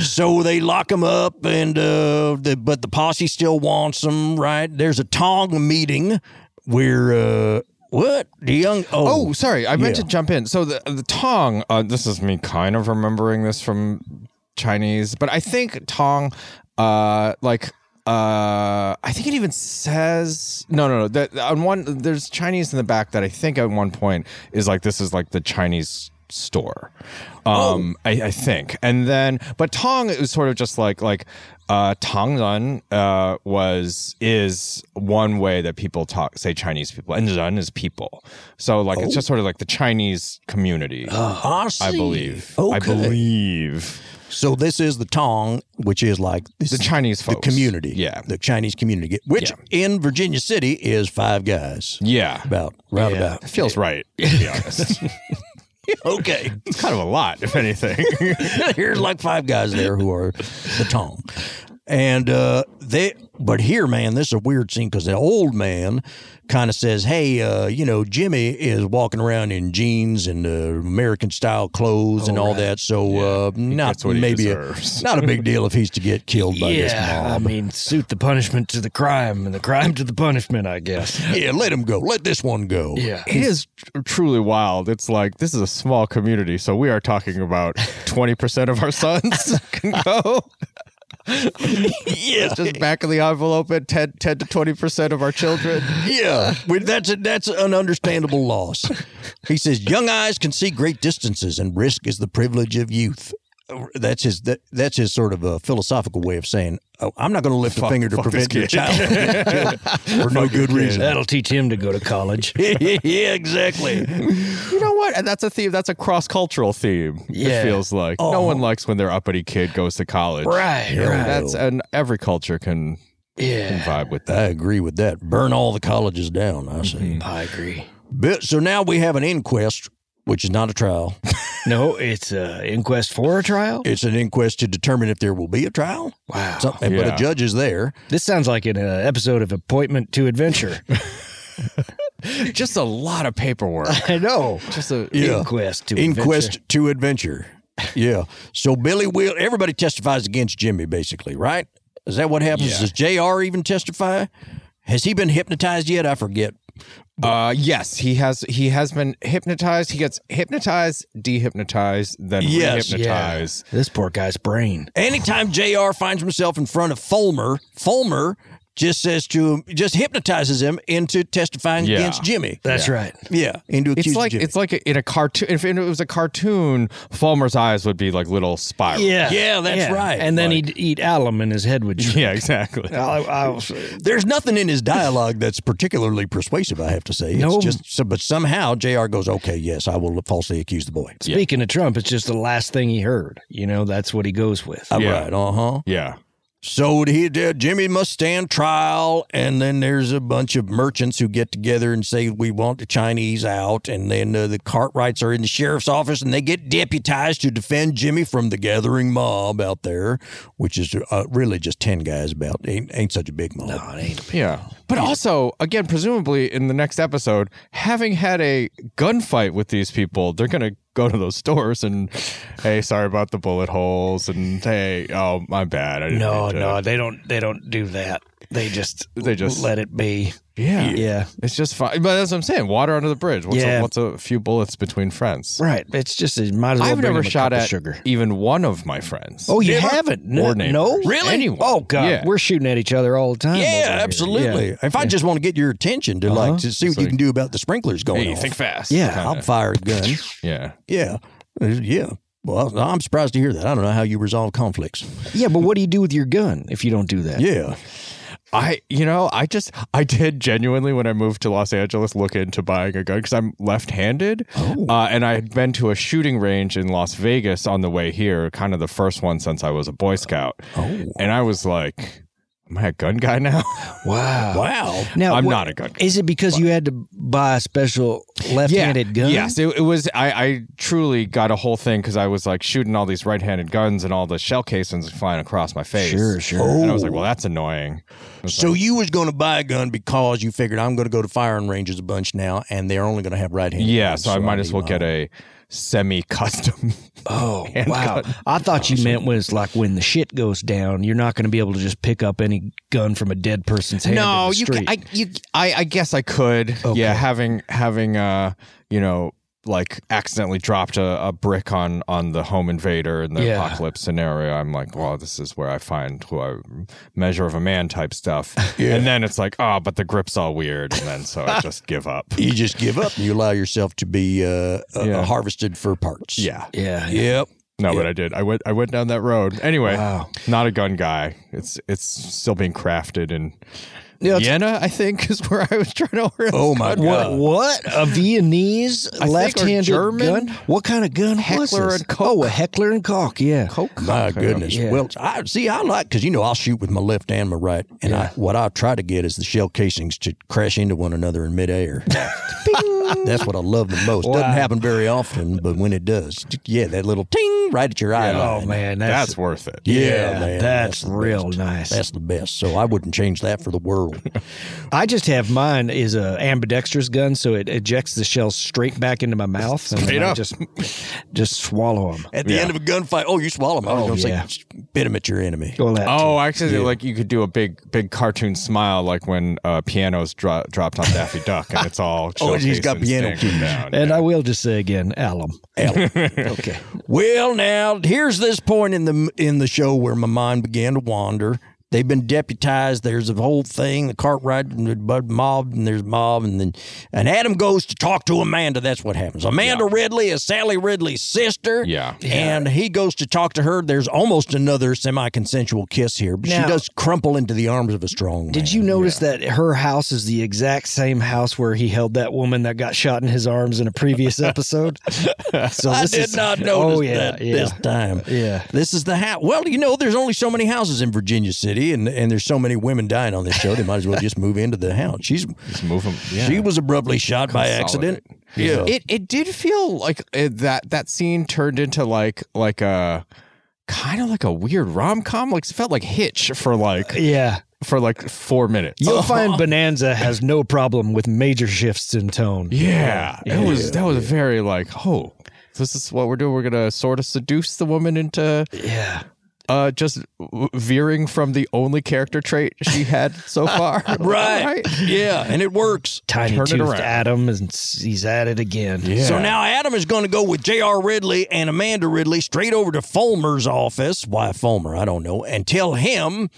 D: so they lock him up, and uh, the, but the posse still wants him. Right? There's a Tong meeting where uh, what the young oh,
F: Oh, sorry, I meant
D: yeah.
F: to jump in. So the the tong. Uh, this is me kind of remembering this from Chinese, but I think tong, uh, like. Uh, I think it even says no, no, no. That on one, there's Chinese in the back that I think at one point is like this is like the Chinese store,
D: Oh.
F: um, I, I think. And then, but Tong is sort of just like like uh, Tangzhen uh, was is one way that people talk say Chinese people, and Zhen is people. So like
D: Oh.
F: it's just sort of like the Chinese community.
D: I
F: I
D: see.
F: believe. I
D: Ah, Okay.
F: believe.
D: So this is the Tong, which is like the
F: Chinese
D: the community, yeah, the Chinese community, which in Virginia City is Five Guys,
F: yeah,
D: about round about.
F: It feels right. To be honest,
D: okay,
F: it's kind of a lot, if anything.
D: There's like five guys there who are the Tong. And uh, they, but here, man, this is a weird scene because the old man kind of says, "Hey, uh, you know, Jimmy is walking around in jeans and uh, American style clothes and all that, so uh, not
F: gets what he
D: maybe a,
F: deserves."
D: not a big deal if he's to get killed by this
E: Yeah, I
D: mob.
E: mean, suit the punishment to the crime and the crime to the punishment, I guess.
D: yeah, let him go. Let this one go.
E: Yeah.
F: It is tr- truly wild. It's like this is a small community, so we are talking about twenty percent of our sons can go. yeah. It's just back of the envelope at 10, 10 to 20% of our children.
D: Yeah, we- that's a, that's an understandable loss. He says, "Young eyes can see great distances, and risk is the privilege of youth." That's his that, that's his sort of a philosophical way of saying, oh, "I'm not going to lift a
J: Fuck-
D: finger to
J: fuck this
D: prevent your
J: kid.
D: child from getting killed for no
J: Fuck your
D: good
J: kid.
D: reason."
J: That'll teach him to go to college.
D: yeah, exactly.
F: You know what? And that's a theme. That's a cross cultural theme.
J: Yeah.
F: It feels like no
J: Oh.
F: one likes when their uppity kid goes to college.
D: Right,
F: You know,
D: right.
F: That's and every culture can, can vibe with that.
D: I agree with that. Burn all the colleges down. I
J: Mm-hmm.
D: say.
E: I agree.
D: But, so now we have an inquest, which is not a trial.
E: no, it's an inquest for a trial.
D: It's an inquest to determine if there will be a trial.
E: Wow.
D: Something, But a judge is there.
E: This sounds like an uh, episode of Appointment to Adventure.
F: Just a lot of paperwork.
E: I know.
F: Just a
E: inquest to
D: inquest
E: adventure.
D: to adventure. Yeah. So Billy will everybody testifies against Jimmy, basically, right? Is that what happens? Does Jr. even testify? Has he been hypnotized yet? I forget.
F: Uh, yes, he has. He has been hypnotized. He gets hypnotized, dehypnotized, then
D: Yes,
F: hypnotized.
E: This poor guy's brain.
D: Anytime Jr. finds himself in front of Fulmer, Fulmer just says to him, just hypnotizes him into testifying
F: Yeah.
D: against Jimmy.
F: That's Yeah. right.
D: Yeah, into
F: It's
D: accusing
F: like
D: Jimmy.
F: it's like in a cartoon. If it was a cartoon, Fulmer's eyes would be like little spirals.
E: Yeah.
D: that's right.
E: And then he'd eat alum and his head would shrink.
F: Yeah, exactly.
E: I, I was-
D: There's nothing in his dialogue that's particularly persuasive, I have to say. It's
E: No.
D: just so, but somehow JR goes, "Okay, yes, I will falsely accuse the boy."
E: speaking of Trump, it's just the last thing he heard. You know, that's what he goes with.
D: All right, uh huh.
F: Yeah.
D: So he did. Jimmy must stand trial, and then there's a bunch of merchants who get together and say we want the Chinese out, and then uh, the Cartwrights are in the sheriff's office, and they get deputized to defend Jimmy from the gathering mob out there, which is uh, really just ten guys. About ain't, ain't such a big mob. No, it ain't.
F: Yeah. But also, again, presumably in the next episode, having had a gunfight with these people, they're going to go to those stores and, hey, sorry about the bullet holes. And, hey, oh, my bad. I didn't
E: No,
F: mean to-
E: no, they don't. They don't do that. They just
F: They just-
E: let it be.
F: Yeah.
E: yeah.
F: It's just fine. But that's what I'm saying. Water under the bridge. What's,
E: Yeah.
F: a, what's a few bullets between friends?
E: Right. It's just it might as well.
F: I've
E: bring
F: never
E: him a
F: shot
E: cup of
F: at
E: sugar.
F: even one of my friends.
E: Oh, you haven't? No,
F: Or neighbors.
E: no, really?
F: Anyone.
E: Oh God,
F: Yeah.
E: we're shooting at each other all the time. over
D: Yeah,
E: here.
D: absolutely.
E: Yeah.
D: If I just want to get your attention to
E: Uh-huh.
D: like to see what you can do about the sprinklers going
F: Hey,
D: off.
F: think fast.
D: Yeah,
F: Kinda.
D: I'll fire a gun.
F: Yeah.
D: Yeah, Uh, yeah. Well, I'm surprised to hear that. I don't know how you resolve conflicts.
E: yeah, but what do you do with your gun if you don't do that?
D: Yeah.
F: I, you know, I just, I did genuinely when I moved to Los Angeles look into buying a gun because I'm left handed.
E: Oh.
F: Uh, and I had been to a shooting range in Las Vegas on the way here, kind of the first one since I was a Boy Scout.
E: Oh.
F: And I was like, am I a gun guy now?
E: Wow.
D: Wow.
E: Now
F: I'm
E: what-
F: not a gun guy.
E: Is it because you had to buy a special left-handed gun?
F: Yes, it, it was. I, I truly got a whole thing because I was like shooting all these right handed guns and all the shell casings flying across my face.
E: Sure, sure.
F: And I was like, well, that's annoying.
D: So you was going to buy a gun because you figured I'm going to go to firing ranges a bunch now, and they're only going to have right hand.
F: Yeah, so I might as well get a semi custom.
E: Oh
F: Handgun.
E: wow! I thought you meant was like when the shit goes down, you're not going to be able to just pick up any gun from a dead person's hand. in
F: No,
E: the
F: you.
E: street.
F: Can, I, you. I. I guess I could. Yeah, having having uh, you know, like accidentally dropped a, a brick on on the home invader in the
E: Yeah.
F: apocalypse scenario. I'm like, well, this is where I find who I measure of a man type stuff. And then it's like, oh, but the grip's all weird, and then so I just give up.
D: You just give up and you allow yourself to be uh, uh,
F: Yeah.
D: harvested for parts.
F: Yeah.
E: yeah,
D: Yep.
F: No, but I did. I went. I went down that road. Anyway, not a gun guy. It's it's still being crafted and.
E: Yeah, it's-
F: Vienna, I think, is where I was trying to order.
D: Oh my
E: What?
D: god.
E: What? A Viennese
F: or
E: left-handed
F: German?
E: gun? What kind of gun was
F: Heckler
E: this?
F: and Koch.
E: Oh, a heckler and cock. Yeah.
F: Coke.
D: My goodness.
E: Yeah.
D: Well, I see. I like because you know I'll shoot with my left and my right, and I, what I try to get is the shell casings to crash into one another in midair. Bing. That's what I love the most. Doesn't happen very often, but when it does, yeah, that little ting right at your eye.
E: Oh
D: line.
E: man, that's,
F: That's, worth it.
D: Yeah,
E: Yeah,
D: man,
E: that's
D: the
E: real
D: best.
E: nice.
D: That's the best. So I wouldn't change that for the world.
E: I just have mine is a ambidextrous gun, so it ejects the shells straight back into my mouth, and
F: Straight
E: I
F: up.
E: just just swallow them.
D: At the
F: Yeah.
D: end of a gunfight, oh, you swallow them. I was
E: Oh,
D: going to
E: yeah.
D: say, spit them at your enemy.
E: Well, that
F: Oh, actually,
D: Yeah.
F: like you could do a big, big cartoon smile, like when uh, pianos dro- dropped on Daffy Duck, and it's all.
D: Oh, and he's got
F: showcasing
D: piano
F: standing
D: keys.
F: down.
E: and I will just say again, alum.
D: Alum.
E: okay.
D: Well, now here's this point in the in the show where my mind began to wander. They've been deputized. There's a whole thing, the Cartwright and the Bud mob, and there's mob, and then and Adam goes to talk to Amanda. That's what happens. Amanda Ridley is Sally Ridley's sister.
F: Yeah.
D: And he goes to talk to her. There's almost another semi-consensual kiss here, but
E: Now-
D: she does crumple into the arms of a strong man.
E: Did you notice that her house is the exact same house where he held that woman that got shot in his arms in a previous episode? so
D: I
E: this
D: did
E: is-
D: not notice
E: oh, yeah,
D: that
E: yeah.
D: this time.
E: Yeah.
D: This is the house. Well, you know, there's only so many houses in Virginia City, and, and there's so many women dying on this show. They might as well just move into the house. She's
F: just move them.
D: She was abruptly shot by accident. Yeah.
F: It it did feel like uh that that scene turned into like like a kind of like a weird rom com. Like it felt like Hitch for like
E: yeah
F: for like four minutes.
E: You'll find Bonanza has no problem with major shifts in tone.
F: Yeah, it was that was very like oh this is what we're doing. We're gonna sort of seduce the woman into
E: yeah.
F: Uh, just w- veering from the only character trait she had so far. Like,
D: Right.
F: all
D: Yeah, and it works.
E: Tiny
F: Turn it
E: toothed
F: around.
E: Adam, and s- he's at it again.
D: So now Adam is going to go with J.R. Ridley and Amanda Ridley straight over to Fulmer's office. Why Fulmer? I don't know. And tell him,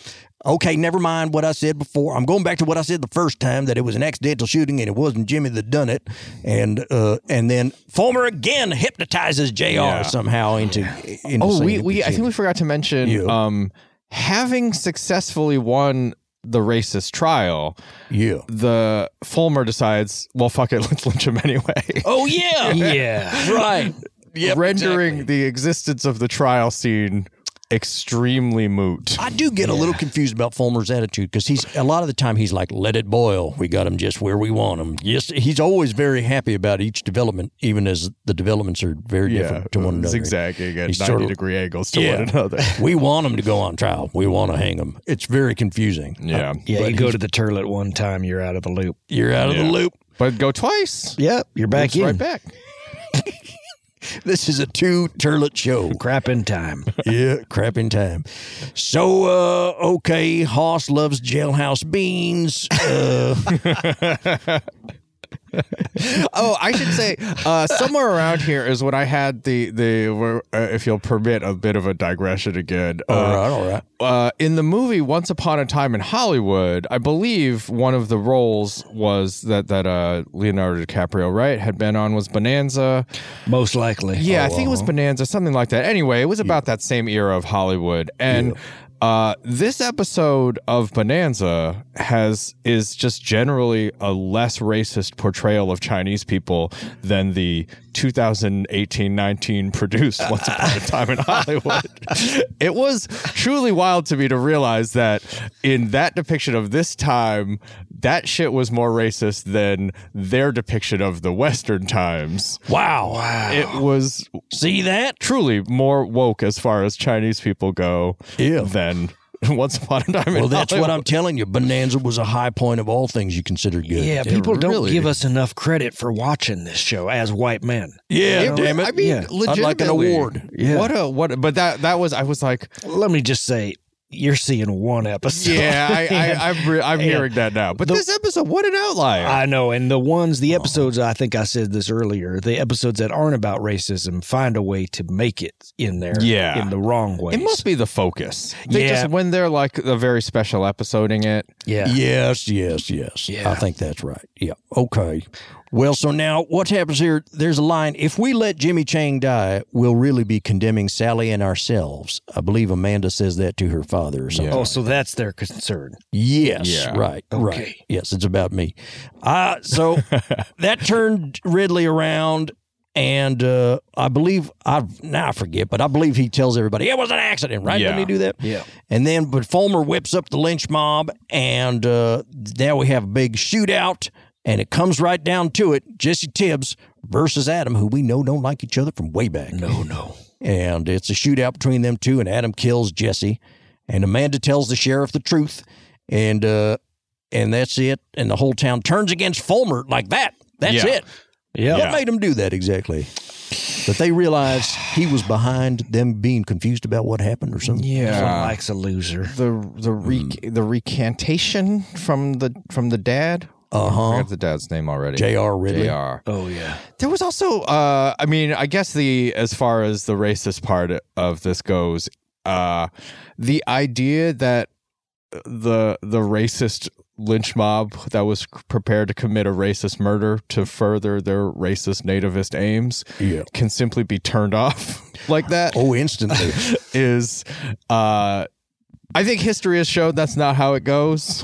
D: okay, never mind what I said before. I'm going back to what I said the first time that it was an accidental shooting and it wasn't Jimmy that done it. And uh, and then Fulmer again hypnotizes J.R.
F: Yeah.
D: somehow into. into
F: oh,
D: saying
F: we,
D: it
F: we
D: was
F: I think
D: Jimmy.
F: we forgot to mention um having successfully won the racist trial.
D: Yeah.
F: The Fulmer decides, well, fuck it, let's lynch him anyway.
D: Oh yeah,
E: yeah,
D: right. Yep,
F: Rendering the existence of the trial scene extremely moot.
D: I do get a little confused about Fulmer's attitude because he's a lot of the time he's like, "Let it boil. We got him just where we want him." Yes, he's always very happy about each development, even as the developments are very different to one another.
F: Zigzagging at
D: He's
F: 90
D: sort of-
F: degree angles to
D: Yeah.
F: one another.
D: we want him to go on trial. We want to hang him. It's very confusing.
F: Yeah.
E: Yeah,
D: but
E: you go
D: he's-
E: to the turlet one time, you're out of the loop.
D: You're out of the
E: Yeah.
D: loop.
F: But go twice.
E: Yep, you're back
D: Loops
E: in.
D: right back. This is a two turlet show.
E: crap in time.
D: yeah, crap in time. So, uh, okay, Hoss loves jailhouse beans. Uh,
F: oh, I should say, uh, somewhere around here is when I had the the uh, if you'll permit a bit of a digression again. Uh,
D: All right, all right.
F: Uh, in the movie Once Upon a Time in Hollywood, I believe one of the roles was that that uh, Leonardo DiCaprio right had been on was Bonanza.
E: Most likely,
F: yeah, I
D: Oh,
F: think it was
D: uh-huh.
F: Bonanza, something like that. Anyway, it was about that same era of Hollywood, and. Uh, this episode of Bonanza has is just generally a less racist portrayal of Chinese people than the 2018-19 produced Once Upon a Time in Hollywood. it was truly wild to me to realize that in that depiction of this time, that shit was more racist than their depiction of the Western times.
D: Wow.
F: It was
D: See that?
F: Truly more woke as far as Chinese people go yeah. than once upon a time. in
D: well, that's what
F: Hollywood.
D: I'm telling you. Bonanza was a high point of all things you considered good.
E: Yeah, people don't give us enough credit for watching this show as white men.
D: Yeah,
E: You know?
D: damn it.
F: I mean,
E: Yeah.
F: legitimately.
E: I'd like an award. Yeah.
F: What a what? But that that was. I was like,
E: let me just say, you're seeing one episode.
F: Yeah, I, I, I'm re- I'm
E: And-
F: hearing that now. But
E: The-
F: this episode, what an outlier!
E: I know, and the ones,
F: Oh.
E: the episodes. I think I said this earlier. The episodes that aren't about racism find a way to make it in there.
F: Yeah.
E: in the wrong way.
F: it must be the focus. They
E: Yeah.
F: just when they're like a very special episoding it.
E: Yeah.
D: Yes, yes, yes. I think that's right. Yeah. Okay. Well, so now what happens here? There's a line. If we let Jimmy Chang die, we'll really be condemning Sally and ourselves. I believe Amanda says that to her father or something.
E: Oh, so that's their concern.
D: Yes,
E: Yeah.
D: right, right.
E: Okay.
D: Yes, it's about me. Uh, so that turned Ridley around, and uh, I believe I now I forget, but I believe he tells everybody it was an accident, right? Didn't he do that?
E: Yeah.
D: And then, but Fulmer whips up the lynch mob, and uh, now we have a big shootout, and it comes right down to it: Jesse Tibbs versus Adam, who we know don't like each other from way back. No, no. And it's a shootout between them two, and Adam kills Jesse, and Amanda tells the sheriff the truth, and uh, and that's it, and the whole town turns against Fulmer like that. That's
E: Yeah.
D: it.
E: Yeah.
D: What
E: Yeah.
D: made him do that exactly? That they realized he was behind them being confused about what happened or something.
F: Yeah.
E: likes a loser.
F: The the rec- the recantation from the from the dad.
D: Uh
F: I
D: huh.
F: forgot the dad's name already.
D: J.R. Ridley.
F: J.R.
D: Oh yeah.
F: There was also, uh, I mean, I guess the as far as the racist part of this goes, uh, the idea that the the racist lynch mob that was prepared to commit a racist murder to further their racist nativist aims
D: Yeah.
F: can simply be turned off like that. Oh,
D: instantly
F: is. Uh, I think history has showed that's not how it goes.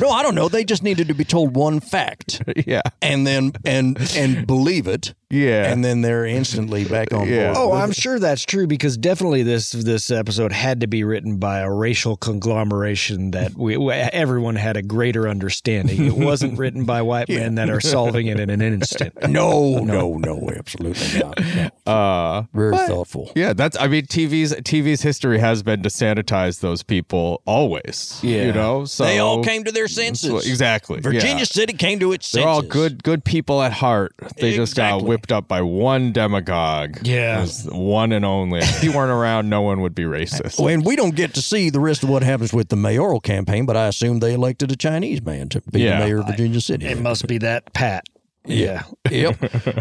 D: No, I don't know. They just needed to be told one fact.
F: yeah.
D: And then and and believe it.
F: Yeah.
D: And then they're instantly back on board.
J: Oh, I'm sure that's true because definitely this this episode had to be written by a racial conglomeration that we, we- everyone had a greater understanding. It wasn't written by white men that are solving it in an instant.
D: No, no, no, absolutely not.
F: Uh,
D: Very
F: but-
D: thoughtful.
F: Yeah, that's. I mean, TV's TV's history has been to sanitize those people always. you know, so
D: they all came to their
F: That's
D: senses.
F: what- exactly. yeah.
D: Virginia City came to its
F: They're
D: senses.
F: all good, good people at heart. They just got whipped up by one demagogue.
D: Yeah.
F: Who's the one and only. If he weren't around, no one would be racist.
D: Oh, and we don't get to see the rest of what happens with the mayoral campaign, but I assume they elected a Chinese man to be
F: Yeah.
D: the mayor of Virginia City.
J: It must be that Pat.
D: Yeah. yep.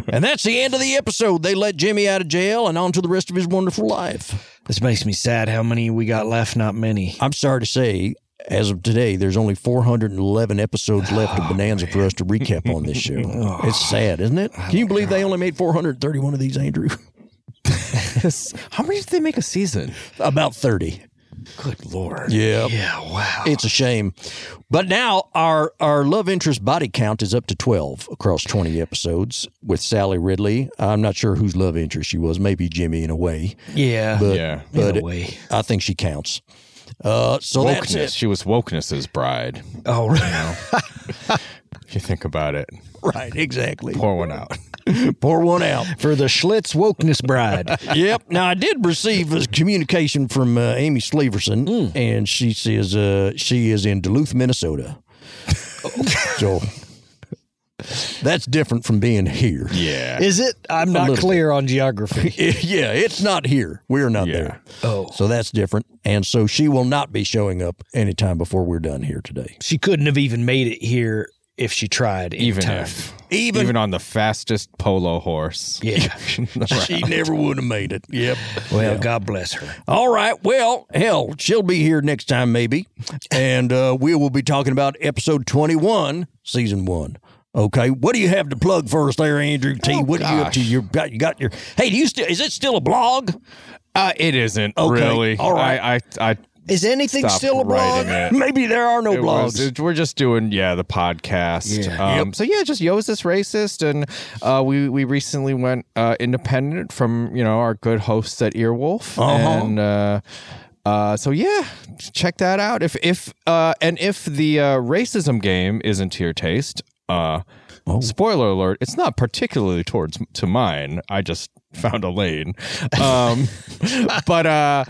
D: And that's the end of the episode. They let Jimmy out of jail and on to the rest of his wonderful life.
J: This makes me sad how many we got left, not many.
D: I'm sorry to say, as of today, there's only 411 episodes left of Bonanza for us to recap on this show. it's sad, isn't it? Can you believe they only made 431 of these, Andrew?
F: How many did they make a season?
D: About 30.
J: Good lord.
D: Yeah.
J: Yeah. Wow.
D: It's a shame. But now our our love interest body count is up to 12 across 20 episodes with Sally Ridley. I'm not sure whose love interest she was, maybe Jimmy in a way.
J: Yeah.
D: But,
F: Yeah.
D: but
J: In a way.
D: I think she counts. Uh, so
F: wokeness.
D: that's it.
F: She was wokeness's bride.
J: Oh,
F: right. if you think about it,
D: Right, exactly.
F: pour one out.
D: Pour one out.
J: For the Schlitz wokeness bride.
D: yep. Now I did receive a communication from uh, Amy Sleverson, and she says uh, she is in Duluth, Minnesota. so that's different from being here.
F: Yeah.
J: Is it? I'm not
D: little
J: clear on geography.
D: yeah, it's not here. We're not there.
J: Oh.
D: So that's different. And so she will not be showing up anytime before we're done here today.
J: She couldn't have even made it here if she tried. in
F: Even
J: time.
F: if, even on the fastest polo horse.
J: Yeah.
D: She never would have made it. Yep.
J: Well,
D: Yeah.
J: God bless her.
F: Oh,
D: All right. Well, hell, she'll be here next time, maybe. And uh, we will be talking about episode 21, season one. Okay. What do you have to plug for us there, Andrew T?
J: Oh,
D: what are you up to? You got, you got your. Hey, do you still. Is it still a blog?
F: Uh, it isn't
D: Okay.
F: really.
D: All right.
F: I, I, I
J: Is anything
F: stopped
J: still a blog?
F: writing it.
D: Maybe there are no
F: It
D: blogs.
F: was- it- we're just doing yeah the podcast.
D: Yeah.
F: Um, So yeah, just yo is this racist, and uh, we we recently went uh, independent from you know our good hosts at Earwolf,
D: Uh-huh.
F: and uh, uh, so yeah, check that out. If if uh, and if the uh, racism game isn't to your taste, uh,
D: Oh.
F: spoiler alert, it's not particularly towards to mine. I just found a lane um but uh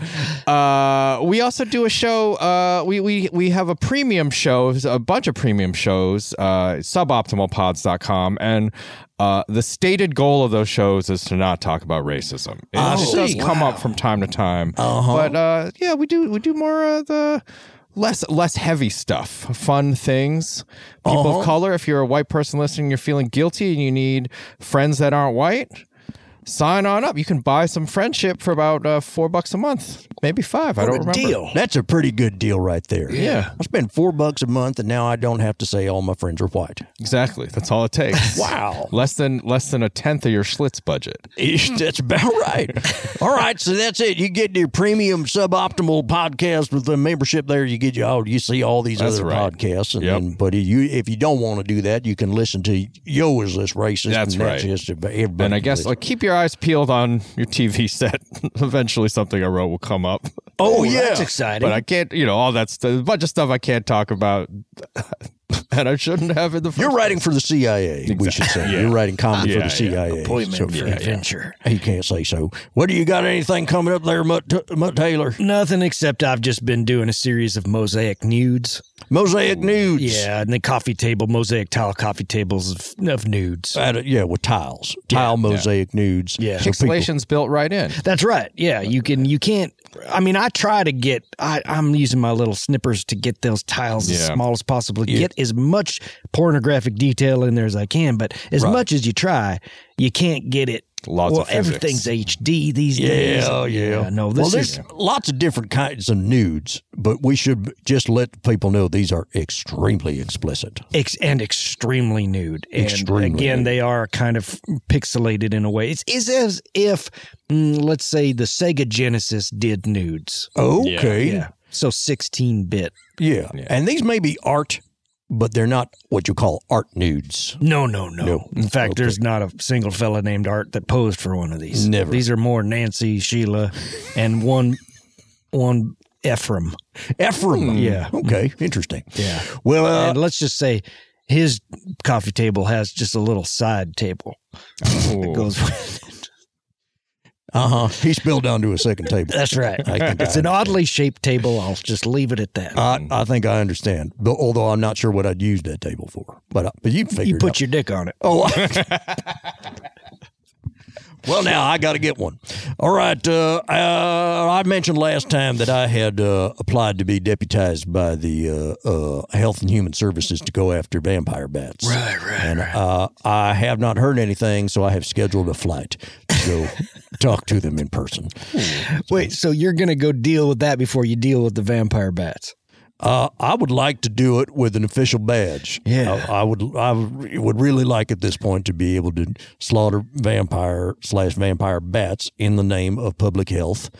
F: uh we also do a show uh we we we have a premium show a bunch of premium shows uh suboptimalpods.com and uh the stated goal of those shows is to not talk about racism it
D: I
F: does
D: Ah, see.
F: come up from time to time
D: Uh-huh.
F: but uh yeah we do we do more of the less less heavy stuff fun things people
D: Uh-huh.
F: of color if you're a white person listening you're feeling guilty and you need friends that aren't white sign on up. You can buy some friendship for about uh, four bucks a month, maybe five. I don't remember.
D: That's a pretty good deal right there.
F: Yeah.
D: I spend four bucks a month and now I don't have to say all my friends are white.
F: Exactly. That's all it takes.
D: Wow.
F: Less than less than a tenth of your Schlitz budget.
D: That's about right. All right, so that's it. You get your premium suboptimal podcast with the membership there. You get you all you see all these
F: That's
D: other
F: right.
D: podcasts, and,
F: Yep.
D: and- but you if you don't want to do that, you can listen to Yo is this racist?
F: That's
D: and
F: right.
D: just about everybody.
F: And I guess like keep your eyes peeled on your TV set. Eventually, something I wrote will come up.
D: Oh, yeah. that's
J: exciting.
F: But I can't, you know, all that stuff. A bunch of stuff I can't talk about, and I shouldn't have in the. First
D: you're writing for the CIA. We should say you're writing comedy for
F: Yeah,
D: the
F: yeah.
D: CIA.
J: Appointment
D: So-
J: for
D: yeah,
J: adventure.
D: yeah. He can't say so. What do you got? Anything coming up there, Mutt, Mutt Taylor?
J: Nothing except I've just been doing a series of mosaic nudes.
D: Mosaic nudes.
E: Yeah, and the coffee table, mosaic tile coffee tables of, of nudes.
D: yeah, with tiles, tile mosaic nudes.
E: Yeah,
D: So people-
E: built right in. That's right. Yeah, you can. You can't. I mean, I try to get. I, I'm using my little snippers to get those tiles as
J: Yeah.
E: small as possible.
J: Yeah.
E: Get as much pornographic detail in there as I can. But as
J: Right.
E: much as you try, you can't get it.
F: Lots
E: well,
D: of physics.
E: everything's HD these
D: yeah,
E: days.
D: Yeah, yeah.
E: No,
D: well,
E: this
D: there's
E: is
D: lots of different kinds of nudes, but we should just let people know these are extremely explicit.
E: ex- and extremely nude. And
D: Extremely
E: again, they are kind of pixelated in a way. It's, it's as if, mm, let's say, the Sega Genesis did nudes.
D: Okay.
E: Yeah. So 16 bit.
D: Yeah. And these may be art, but they're not what you call art nudes.
E: No, no, no.
D: No.
E: In fact, there's not a single fella named Art that posed for one of these.
D: Never.
E: These are more Nancy, Sheila, and one, one Ephraim.
D: Ephraim.
E: Mm. Yeah.
D: Okay. Interesting.
E: Yeah.
D: Well, uh,
E: and let's just say his coffee table has just a little side table that goes
D: Uh huh. He spilled down to a second table.
E: Uh-huh. That's right.
D: I think
E: it's
D: I-
E: an oddly shaped table. Uh, I'll just leave it at that.
D: I, I think I understand, but although I'm not sure what I'd use that table for. But, I, but you figure
E: you
D: it
E: put
D: out.
E: your dick on it.
D: Oh, Well, now I got to get one. All right. Uh, uh, I mentioned last time that I had uh, applied to be deputized by the uh, uh, Health and Human Services to go after vampire bats. Right, right. And Uh, I have not heard anything, so I have scheduled a flight to go talk to them in person.
E: Wait, so you're going to go deal with that before you deal with the vampire bats?
D: Uh, I would like to do it with an official badge.
E: Yeah.
D: I, I would. I would really like at this point to be able to slaughter vampire slash vampire bats in the name of public health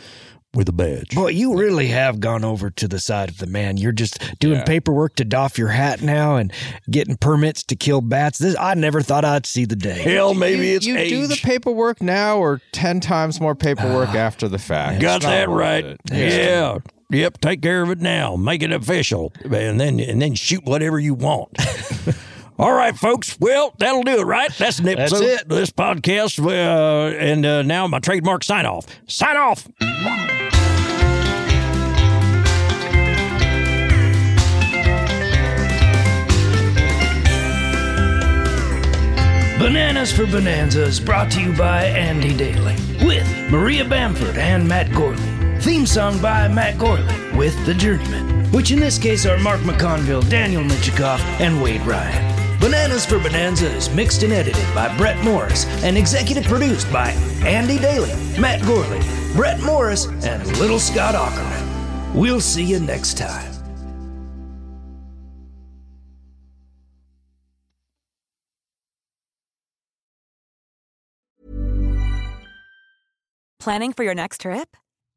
D: with a badge.
E: Boy, you really have gone over to the side of the man. You're just doing paperwork to doff your hat now and getting permits to kill bats. This I never thought I'd see the day.
F: You- you, you do the paperwork now, or ten times more paperwork after the fact.
D: Ah. Got
F: It's not
D: that
F: worth
D: right.
F: it.
D: Yeah. Yep. Take care of it now. Make it official, and then and then shoot whatever you want. All right, folks. Well, that'll do it, right? That's an
E: That's
D: episode.
E: it.
D: of This podcast, uh, and uh, now my trademark sign off. Sign off.
C: Bananas for Bonanza is brought to you by Andy Daly with Maria Bamford and Matt Gorley. Theme song by Matt Gorley with The Journeyman, which in this case are Mark McConville, Daniel Michikoff, and Wade Ryan. Bananas for Bonanza is mixed and edited by Brett Morris and executive produced by Andy Daly, Matt Gorley, Brett Morris, and Little Scott Ackerman. We'll see you next time.
M: Planning for your next trip?